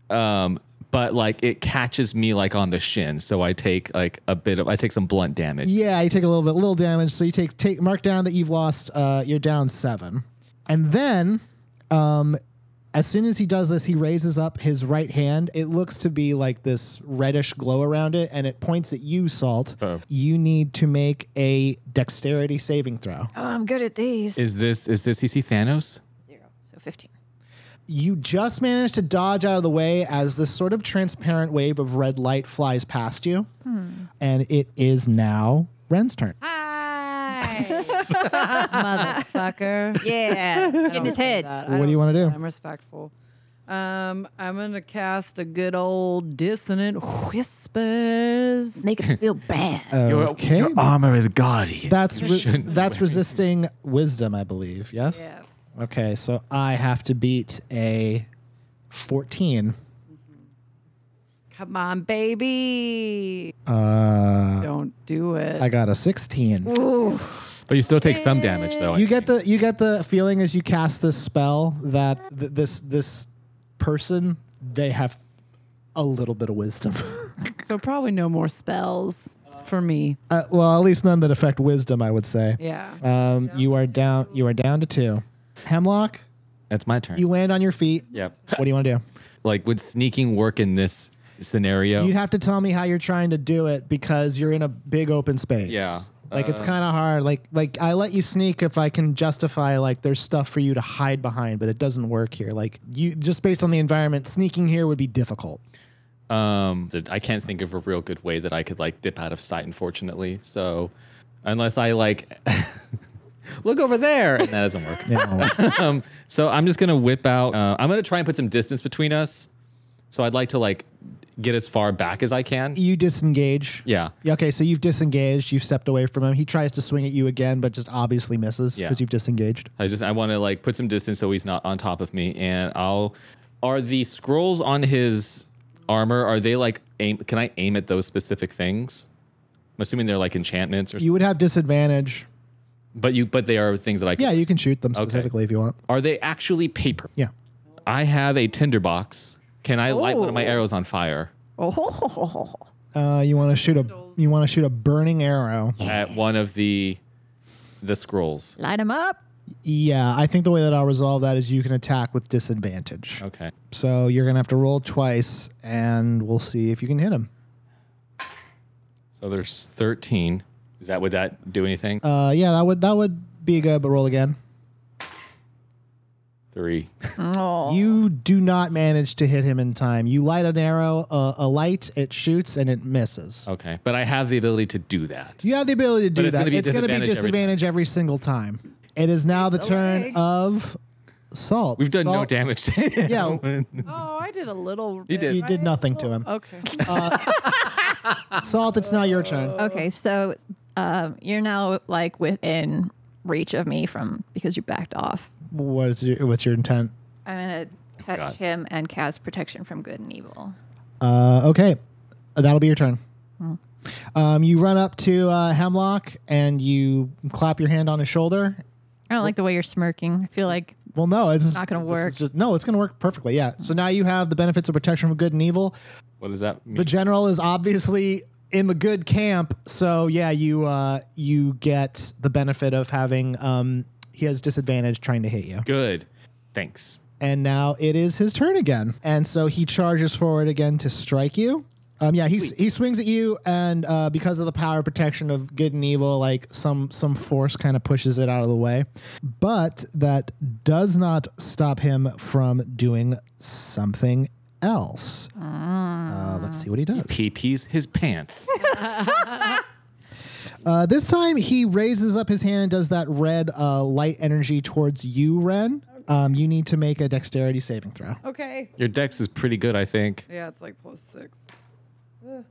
Speaker 4: um, but like it catches me like on the shin. So I take like a bit of I take some blunt damage.
Speaker 2: yeah, you take a little bit, little damage. So you take take mark down that you've lost. Uh, you're down seven, and then. Um, as soon as he does this, he raises up his right hand. It looks to be like this reddish glow around it, and it points at you, Salt.
Speaker 4: Oh.
Speaker 2: You need to make a dexterity saving throw.
Speaker 5: Oh, I'm good at these.
Speaker 4: Is this is this he see Thanos?
Speaker 5: Zero. So 15.
Speaker 2: You just manage to dodge out of the way as this sort of transparent wave of red light flies past you, and it is now Ren's turn.
Speaker 5: (laughs)
Speaker 3: (laughs) Motherfucker.
Speaker 5: Yeah. in his head.
Speaker 2: What do you wanna do?
Speaker 3: I'm respectful. Um, I'm gonna cast a good old dissonant whispers.
Speaker 5: Make him feel bad.
Speaker 2: Okay,
Speaker 4: armor is gaudy.
Speaker 2: that's re- that's resisting wisdom, I believe. Yes.
Speaker 3: Yes.
Speaker 2: Okay, so I have to beat a fourteen.
Speaker 3: Come on, baby.
Speaker 2: Uh,
Speaker 3: Don't do it.
Speaker 2: I got a sixteen.
Speaker 4: But you still take some damage though. I
Speaker 2: You get
Speaker 4: think.
Speaker 2: the you get the feeling as you cast this spell that th- this this person they have a little bit of wisdom. (laughs)
Speaker 3: so probably no more spells for me.
Speaker 2: uh, well, at least none that affect wisdom, I would say.
Speaker 3: Yeah.
Speaker 2: Um, you are down. You are down to two. Hemlock,
Speaker 4: That's my turn.
Speaker 2: you land on your feet.
Speaker 4: yep.
Speaker 2: What do you want to do?
Speaker 4: like would sneaking work in this scenario?
Speaker 2: You'd have to tell me how you're trying to do it because you're in a big open space.
Speaker 4: Yeah. Uh.
Speaker 2: Like it's kind of hard. Like like I let you sneak if I can justify like there's stuff for you to hide behind, but it doesn't work here. Like you just based on the environment, sneaking here would be difficult.
Speaker 4: Um, that I can't think of a real good way that I could like dip out of sight, unfortunately. So, unless I like (laughs) look over there, and that doesn't work. (laughs) um, so I'm just gonna whip out. Uh, I'm gonna try and put some distance between us. So I'd like to like get as far back as I can.
Speaker 2: You disengage.
Speaker 4: Yeah.
Speaker 2: Yeah, Okay, so you've disengaged. You've stepped away from him. He tries to swing at you again, but just obviously misses
Speaker 4: Yeah.
Speaker 2: because you've disengaged.
Speaker 4: I just I want to like put some distance so he's not on top of me. And I'll are the scrolls on his armor are they like aim? Can I aim at those specific things? I'm assuming they're like enchantments or.
Speaker 2: You would have disadvantage.
Speaker 4: But you, but they are things that I can.
Speaker 2: Yeah, you can shoot them specifically if you want.
Speaker 4: Are they actually paper?
Speaker 2: Yeah.
Speaker 4: I have a tinderbox. Can I light one of my arrows on fire
Speaker 5: Oh, ho, ho, ho, ho, ho.
Speaker 2: Uh, you want to shoot a you want to shoot a burning arrow.
Speaker 4: at one of the the scrolls?
Speaker 5: (laughs) Light him up.
Speaker 2: Yeah, I think the way that I'll resolve that is you can attack with disadvantage.
Speaker 4: Okay.
Speaker 2: So you're gonna have to roll twice, and we'll see if you can hit him.
Speaker 4: So there's 13. Is that would that do anything?
Speaker 2: Uh, yeah, that would that would be good, but roll again.
Speaker 4: Three.
Speaker 5: Oh.
Speaker 2: You do not manage to hit him in time. You light an arrow, uh, a light, it shoots and it misses.
Speaker 4: Okay, but I have the ability to do that.
Speaker 2: You have the ability to do
Speaker 4: Oh. it's
Speaker 2: that.
Speaker 4: gonna be
Speaker 2: it's going to be
Speaker 4: disadvantage every
Speaker 2: disadvantage every, single time. It is now the turn
Speaker 5: leg.
Speaker 2: of Salt.
Speaker 4: We've done no
Speaker 2: Salt-
Speaker 4: damage to him.
Speaker 2: Yeah,
Speaker 3: Oh, I did a little.
Speaker 4: You did.
Speaker 2: you did nothing to him.
Speaker 3: Okay.
Speaker 2: Salt, it's now your turn.
Speaker 5: Okay, so um, you're now like within reach of me from because you backed off.
Speaker 2: What is your, what's your intent?
Speaker 5: I'm gonna touch
Speaker 4: Oh, God.
Speaker 5: him and cast protection from good and evil.
Speaker 2: Uh, okay, Uh, that'll be your turn. Um, you run up to uh, Hemlock and you clap your hand on his shoulder.
Speaker 5: I don't like the way you're smirking. I feel like
Speaker 2: Well, no, it's
Speaker 5: Not gonna
Speaker 2: this
Speaker 5: work.
Speaker 2: is Just, no, it's going to work perfectly. Yeah. So now you have the benefits of protection from good and evil.
Speaker 4: (laughs) What does that mean?
Speaker 2: The general is obviously in the good camp, so yeah, you uh, you get the benefit of having um, he has disadvantage trying to hit you,
Speaker 4: Good. Thanks.
Speaker 2: and now it is his turn again, and so he charges forward again to strike you. Um, yeah, he he swings at you, and uh, because of the power protection of good and evil, like some some force kind of pushes it out of the way, but that does not stop him from doing something else. Uh, let's see what he does.
Speaker 4: He pees his pants.
Speaker 2: Uh, this time he raises up his hand and does that red uh, light energy towards you, Ren. Um, you need to make a dexterity saving throw.
Speaker 3: (laughs) Okay.
Speaker 4: Your dex is pretty good, I think. (laughs)
Speaker 3: Yeah, it's like plus six. Ugh.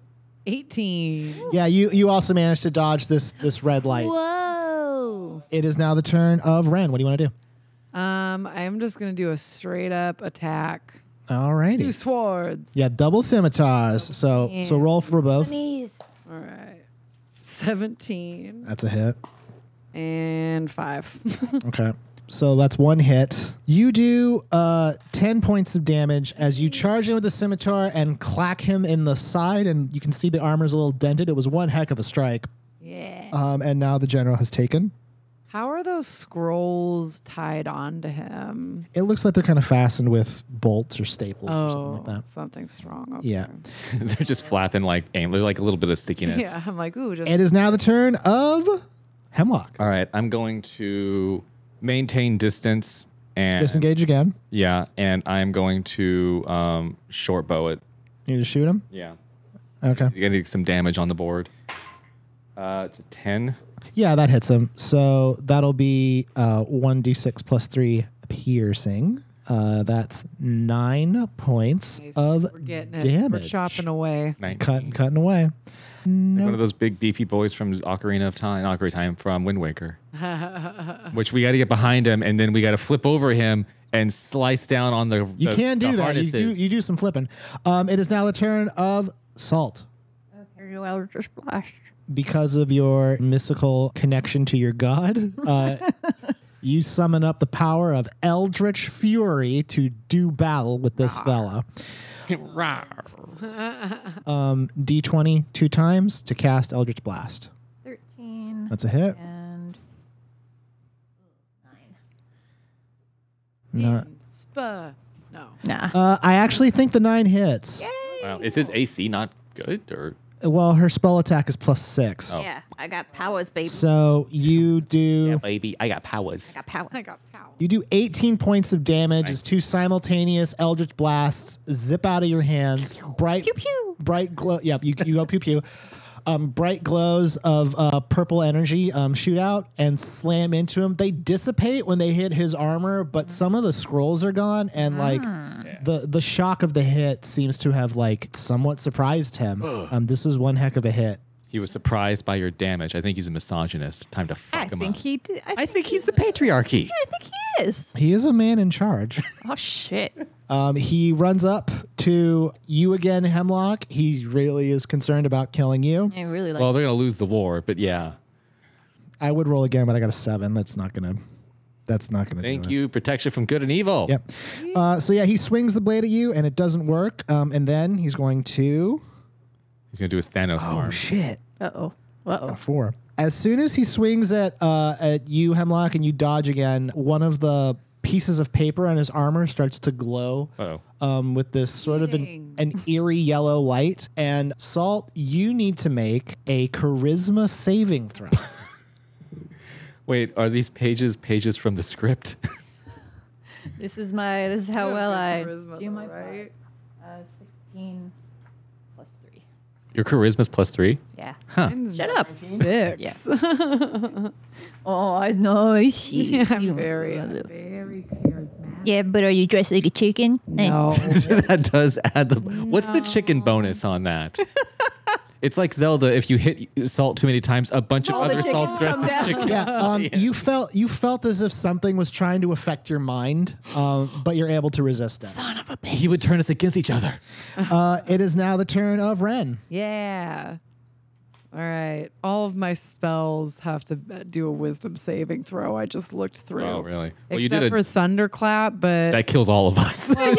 Speaker 3: 18.
Speaker 2: Yeah, you you also managed to dodge this this red light.
Speaker 3: Whoa.
Speaker 2: It is now the turn of Ren. What do you want to do?
Speaker 3: Um, I'm just going to do a straight up attack. Two
Speaker 2: Alrighty.
Speaker 3: swords.
Speaker 2: Yeah, double scimitars. So so roll for both.
Speaker 3: All right. 17
Speaker 2: That's a hit.
Speaker 3: and
Speaker 5: (laughs)
Speaker 3: 5.
Speaker 2: Okay. So that's one hit. You do uh, 10 points of damage as you charge in with the scimitar and clack him in the side. And you can see the armor's a little dented. It was one heck of a strike.
Speaker 5: yeah.
Speaker 2: Um, and now the general has taken.
Speaker 3: How are those scrolls tied onto him?
Speaker 2: It looks like they're kind of fastened with bolts or staples or something
Speaker 3: Oh,
Speaker 2: like that.
Speaker 3: something strong. Okay.
Speaker 2: Yeah.
Speaker 4: They're just flapping like aim. There's like a little bit of stickiness.
Speaker 3: Yeah, I'm like, ooh, just
Speaker 2: It is now the turn of Hemlock.
Speaker 4: All right, I'm going to maintain distance and
Speaker 2: Disengage again.
Speaker 4: Yeah, and I'm going to um, short bow it.
Speaker 2: You need to shoot him.
Speaker 4: Yeah,
Speaker 2: Okay.
Speaker 4: you're gonna get some damage on the board. Uh, it's a ten.
Speaker 2: Yeah, that hits him. So that'll be uh, 1d6 plus 3 piercing. Uh, that's nine points of
Speaker 3: we're getting it. We're
Speaker 2: damage.
Speaker 3: chopping away.
Speaker 4: Nineteen.
Speaker 2: Cutting, cutting away.
Speaker 4: Like One of those big beefy boys from Ocarina of Time, Ocarina of Time from
Speaker 2: (laughs)
Speaker 4: Wind Waker, which we got to get behind him, and then we got to flip over him and slice down on the.
Speaker 2: You
Speaker 4: the-
Speaker 2: can do
Speaker 4: the
Speaker 2: that. You do,
Speaker 4: harnesses.
Speaker 2: you do some flipping. Um, it is now the turn of Salt.
Speaker 5: Your Eldritch Blast.
Speaker 2: because of your mystical connection to your god, uh, you summon up the power of Eldritch Fury to do battle with this fella. um, D20 two times to cast Eldritch Blast.
Speaker 5: Thirteen
Speaker 2: That's a hit.
Speaker 5: and
Speaker 2: No.
Speaker 3: Spa. No.
Speaker 5: nah.
Speaker 2: Uh, I actually think the nine hits.
Speaker 4: Wow, is his AC not good or?
Speaker 2: Well, her spell attack is plus six.
Speaker 4: Oh.
Speaker 5: Yeah, I got powers, baby.
Speaker 2: So you do.
Speaker 4: baby, I got powers.
Speaker 5: I got powers.
Speaker 3: I got pow.
Speaker 2: You do 18 points of damage as two simultaneous eldritch blasts zip out of your hands. Bright, pew,
Speaker 5: pew.
Speaker 2: bright glow. Yep, you, you go pew pew. Um, bright glows of uh, purple energy um, shoot out and slam into him. They dissipate when they hit his armor, but some of the scrolls are gone, and like the the shock of the hit seems to have like somewhat surprised him. Um, this is one heck of a hit.
Speaker 4: He was surprised by your damage. I think he's a misogynist. Time to fuck
Speaker 5: I
Speaker 4: him
Speaker 5: think
Speaker 4: up.
Speaker 5: he did. I,
Speaker 4: I think he's the patriarchy.
Speaker 5: I think he is.
Speaker 2: He is a man in charge. (laughs)
Speaker 5: Oh shit.
Speaker 2: Um, he runs up to you again, Hemlock. He really is concerned about killing you.
Speaker 5: I really like.
Speaker 4: Well, they're gonna lose the war, but yeah.
Speaker 2: I would roll again, but I got a seven. That's not gonna. That's not gonna.
Speaker 4: Thank
Speaker 2: do
Speaker 4: you, protection from good and evil.
Speaker 2: It. Yep. Uh, so yeah, he swings the blade at you, and it doesn't work. Um, and then he's going to.
Speaker 4: He's gonna do his Thanos
Speaker 2: Oh
Speaker 4: arm.
Speaker 2: shit!
Speaker 5: uh oh. Uh
Speaker 2: A
Speaker 5: oh.
Speaker 2: four. As soon as he swings at uh, at you, Hemlock, and you dodge again, one of the pieces of paper on his armor starts to glow
Speaker 4: Uh-oh.
Speaker 2: um, with this sort of an,
Speaker 3: Cheating.
Speaker 2: an eerie yellow light. And Salt, you need to make a charisma saving
Speaker 4: (laughs)
Speaker 2: throw.
Speaker 4: Wait, are these pages pages from the script? (laughs)
Speaker 5: This is my. This is how well I
Speaker 3: Charisma,
Speaker 5: do my
Speaker 3: though,
Speaker 5: part.
Speaker 3: right?
Speaker 5: Uh, Sixteen plus three.
Speaker 4: Your charisma's plus three. (laughs)
Speaker 5: Yeah.
Speaker 3: Shut
Speaker 5: up.
Speaker 3: Six. (laughs)
Speaker 5: Oh, I know. (laughs)
Speaker 3: Yeah, I'm very, very charismatic.
Speaker 5: Yeah, but are you dressed like a chicken?
Speaker 3: No.
Speaker 4: that does add the. What's the chicken bonus on that? (laughs) it's like Zelda. If you hit salt too many times, a bunch of
Speaker 5: All the
Speaker 4: other salts
Speaker 5: chickens
Speaker 4: dressed
Speaker 5: come
Speaker 4: as
Speaker 5: down.
Speaker 4: chickens.
Speaker 2: yeah, um, you felt you felt as if something was trying to affect your mind, um, but you're able to resist it.
Speaker 4: (laughs) He would turn us against each other.
Speaker 2: Uh, it is now the turn of Ren.
Speaker 3: (laughs) Yeah. All right. All of my spells have to uh, do a wisdom saving throw. I just looked through.
Speaker 4: Oh, really? Well,
Speaker 3: Except
Speaker 4: you did a-
Speaker 3: for thunderclap, but
Speaker 4: That kills all of
Speaker 2: (laughs)
Speaker 4: us.
Speaker 3: if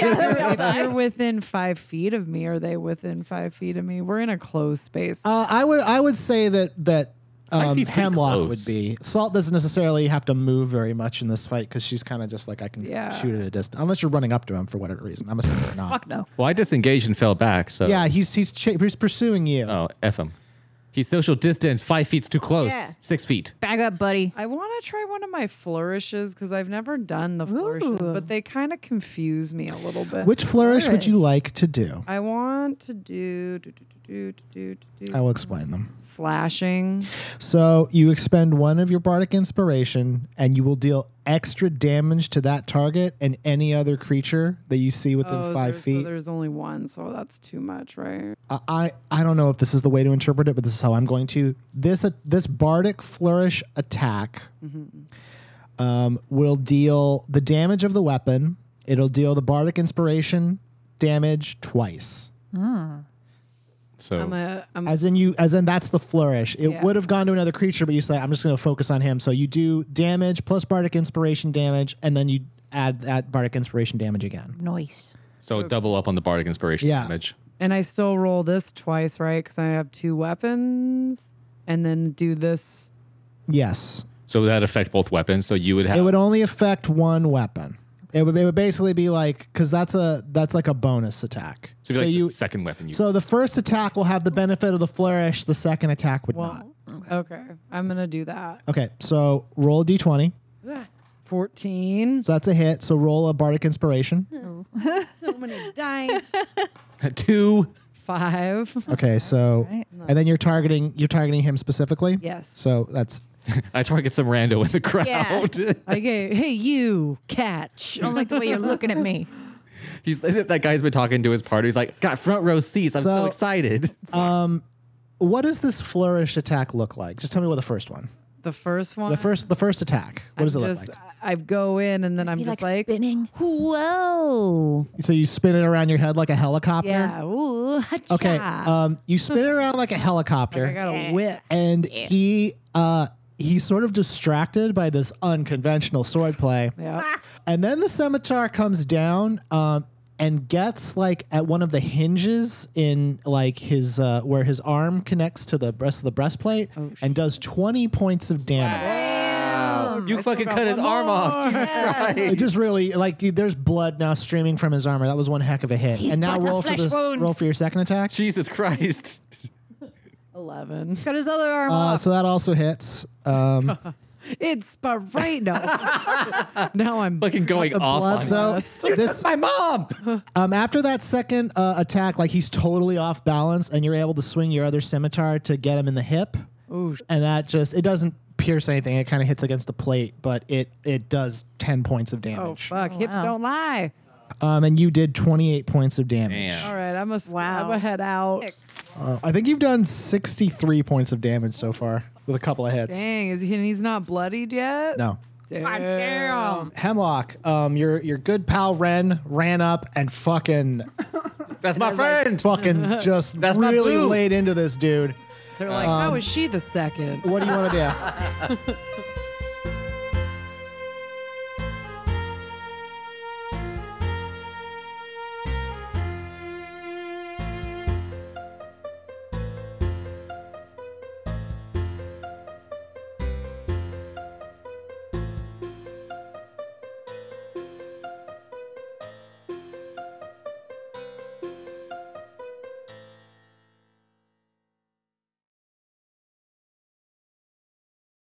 Speaker 3: you're within five feet of me, are they within five feet of me? We're in a closed space.
Speaker 2: Uh, I would I would say that that
Speaker 4: Five
Speaker 2: um,
Speaker 4: feet's pretty
Speaker 2: Hemlock would
Speaker 4: close.
Speaker 2: be Salt doesn't necessarily have to move very much in this fight because she's kind of just like I can
Speaker 3: Yeah.
Speaker 2: shoot at a distance unless you're running up to him for whatever reason. I'm assuming you're not.
Speaker 5: no.
Speaker 4: well, I disengaged and fell back. So
Speaker 2: Yeah, he's he's cha- he's pursuing you.
Speaker 4: Oh, f him. He's social distance. Five feet's too close.
Speaker 5: Yeah.
Speaker 4: Six feet.
Speaker 5: Back up, buddy.
Speaker 3: I want to try one of my flourishes because I've never done the flourishes,
Speaker 5: Ooh.
Speaker 3: but they kind of confuse me a little bit.
Speaker 2: Which flourish would
Speaker 5: Alright.
Speaker 2: you like to do?
Speaker 3: I want to do do do do do do do, do
Speaker 2: I will explain them.
Speaker 3: slashing.
Speaker 2: So you expend one of your bardic inspiration, and you will deal extra damage to that target and any other creature that you see within
Speaker 3: Oh,
Speaker 2: five
Speaker 3: there's, So
Speaker 2: feet.
Speaker 3: there's only one, so that's too much, right?
Speaker 2: I- I I don't know if this is the way to interpret it, but this is how I'm going to. This uh, this bardic flourish attack
Speaker 3: Mm-hmm.
Speaker 2: um, will deal the damage of the weapon. It'll deal the bardic inspiration damage twice.
Speaker 4: So
Speaker 3: I'm a I'm
Speaker 2: As in you, as in that's the flourish. It
Speaker 3: Mm. Yeah.
Speaker 2: would have gone to another creature, but you say I'm just going to focus on him. So you do damage plus bardic inspiration damage, and then you add that bardic inspiration damage again.
Speaker 5: Noise.
Speaker 4: so double up on the bardic inspiration
Speaker 2: Yeah.
Speaker 4: damage.
Speaker 3: and I still roll this twice, right? Because I have two weapons, and then do this.
Speaker 2: Yes,
Speaker 4: So that affect both weapons. So you would have.
Speaker 2: It would only affect one weapon. It would, it would basically be like because that's a that's like a bonus attack.
Speaker 4: so it'd be like the second weapon. You
Speaker 2: so the first attack will have the benefit of the flourish. The second attack would not.
Speaker 3: Well, okay. I'm gonna do that.
Speaker 2: Okay, so roll a d20.
Speaker 3: Fourteen.
Speaker 2: So that's a hit. So roll a bardic
Speaker 3: (laughs)
Speaker 2: inspiration.
Speaker 3: So many dice.
Speaker 4: (laughs) two.
Speaker 3: (laughs) Five.
Speaker 2: Okay, so and then you're targeting you're targeting him specifically.
Speaker 3: Yes.
Speaker 2: So that's
Speaker 4: I target some rando in the crowd.
Speaker 3: Okay. Hey, you catch.
Speaker 5: (laughs) I don't like the way you're looking at (laughs) me.
Speaker 4: (laughs) He's that guy's been talking to his party. He's like, got front row seats. I'm so,
Speaker 2: So-
Speaker 3: (laughs)
Speaker 4: excited.
Speaker 2: what does this flourish attack look like? Just tell me what the first one.
Speaker 3: The first one.
Speaker 2: The first the first attack. What does it look
Speaker 3: just,
Speaker 2: like?
Speaker 3: I I go in and then I'm just like,
Speaker 5: spinning.
Speaker 3: whoa.
Speaker 2: So you spin it around your head like a helicopter.
Speaker 3: Yeah. Ooh, (laughs)
Speaker 2: Okay.
Speaker 3: ha-cha.
Speaker 2: Um, you spin it around like a helicopter.
Speaker 3: I got a whip.
Speaker 2: and he uh he's sort of distracted by this unconventional
Speaker 3: (laughs)
Speaker 2: swordplay
Speaker 3: Yeah.
Speaker 2: and then the scimitar comes down um and gets like at one of the hinges in like his uh where his arm connects to the rest of the breastplate
Speaker 3: Oh,
Speaker 2: and does 20 points of damage
Speaker 3: Oh,
Speaker 4: you fucking cut his arm off. Jesus
Speaker 2: It
Speaker 4: Christ.
Speaker 2: just really like there's blood now streaming from his armor. That was one heck of a hit. and now
Speaker 5: got a
Speaker 2: roll for
Speaker 5: flesh
Speaker 2: this.
Speaker 5: wound.
Speaker 2: Roll for your second attack.
Speaker 4: Jesus Christ. (laughs)
Speaker 3: Eleven.
Speaker 5: Cut his other arm
Speaker 2: Uh,
Speaker 5: off.
Speaker 2: so that also hits. Um,
Speaker 3: It's (laughs) Barreno. now I'm
Speaker 4: Fucking going
Speaker 3: the
Speaker 4: off
Speaker 3: blood
Speaker 4: on
Speaker 2: so
Speaker 3: loss.
Speaker 2: this
Speaker 4: My mom.
Speaker 2: Um, after that second uh, attack, like he's totally off balance, and you're able to swing your other scimitar to get him in the hip,
Speaker 3: Ooh, sh-
Speaker 2: and that just it doesn't pierce anything. It kind of hits against the plate, but it it does ten points of
Speaker 3: oh
Speaker 2: damage.
Speaker 3: fuck, hips don't lie.
Speaker 2: um, and you did twenty eight points of damage.
Speaker 4: Damn.
Speaker 3: All right, I'm a wow.
Speaker 5: Wow.
Speaker 3: I'm gonna head out.
Speaker 2: Uh, I think you've done sixty three points of damage so far with a couple of hits.
Speaker 3: Dang, is he? And he's not bloodied yet.
Speaker 2: No.
Speaker 3: Damn.
Speaker 2: Hemlock, um, your your good pal Ren ran up and fucking
Speaker 4: That's my friend. (laughs)
Speaker 2: fucking just
Speaker 4: That's my
Speaker 2: really
Speaker 4: boo.
Speaker 2: laid into this dude.
Speaker 3: They're like, how is she the second?
Speaker 2: What do you want to do?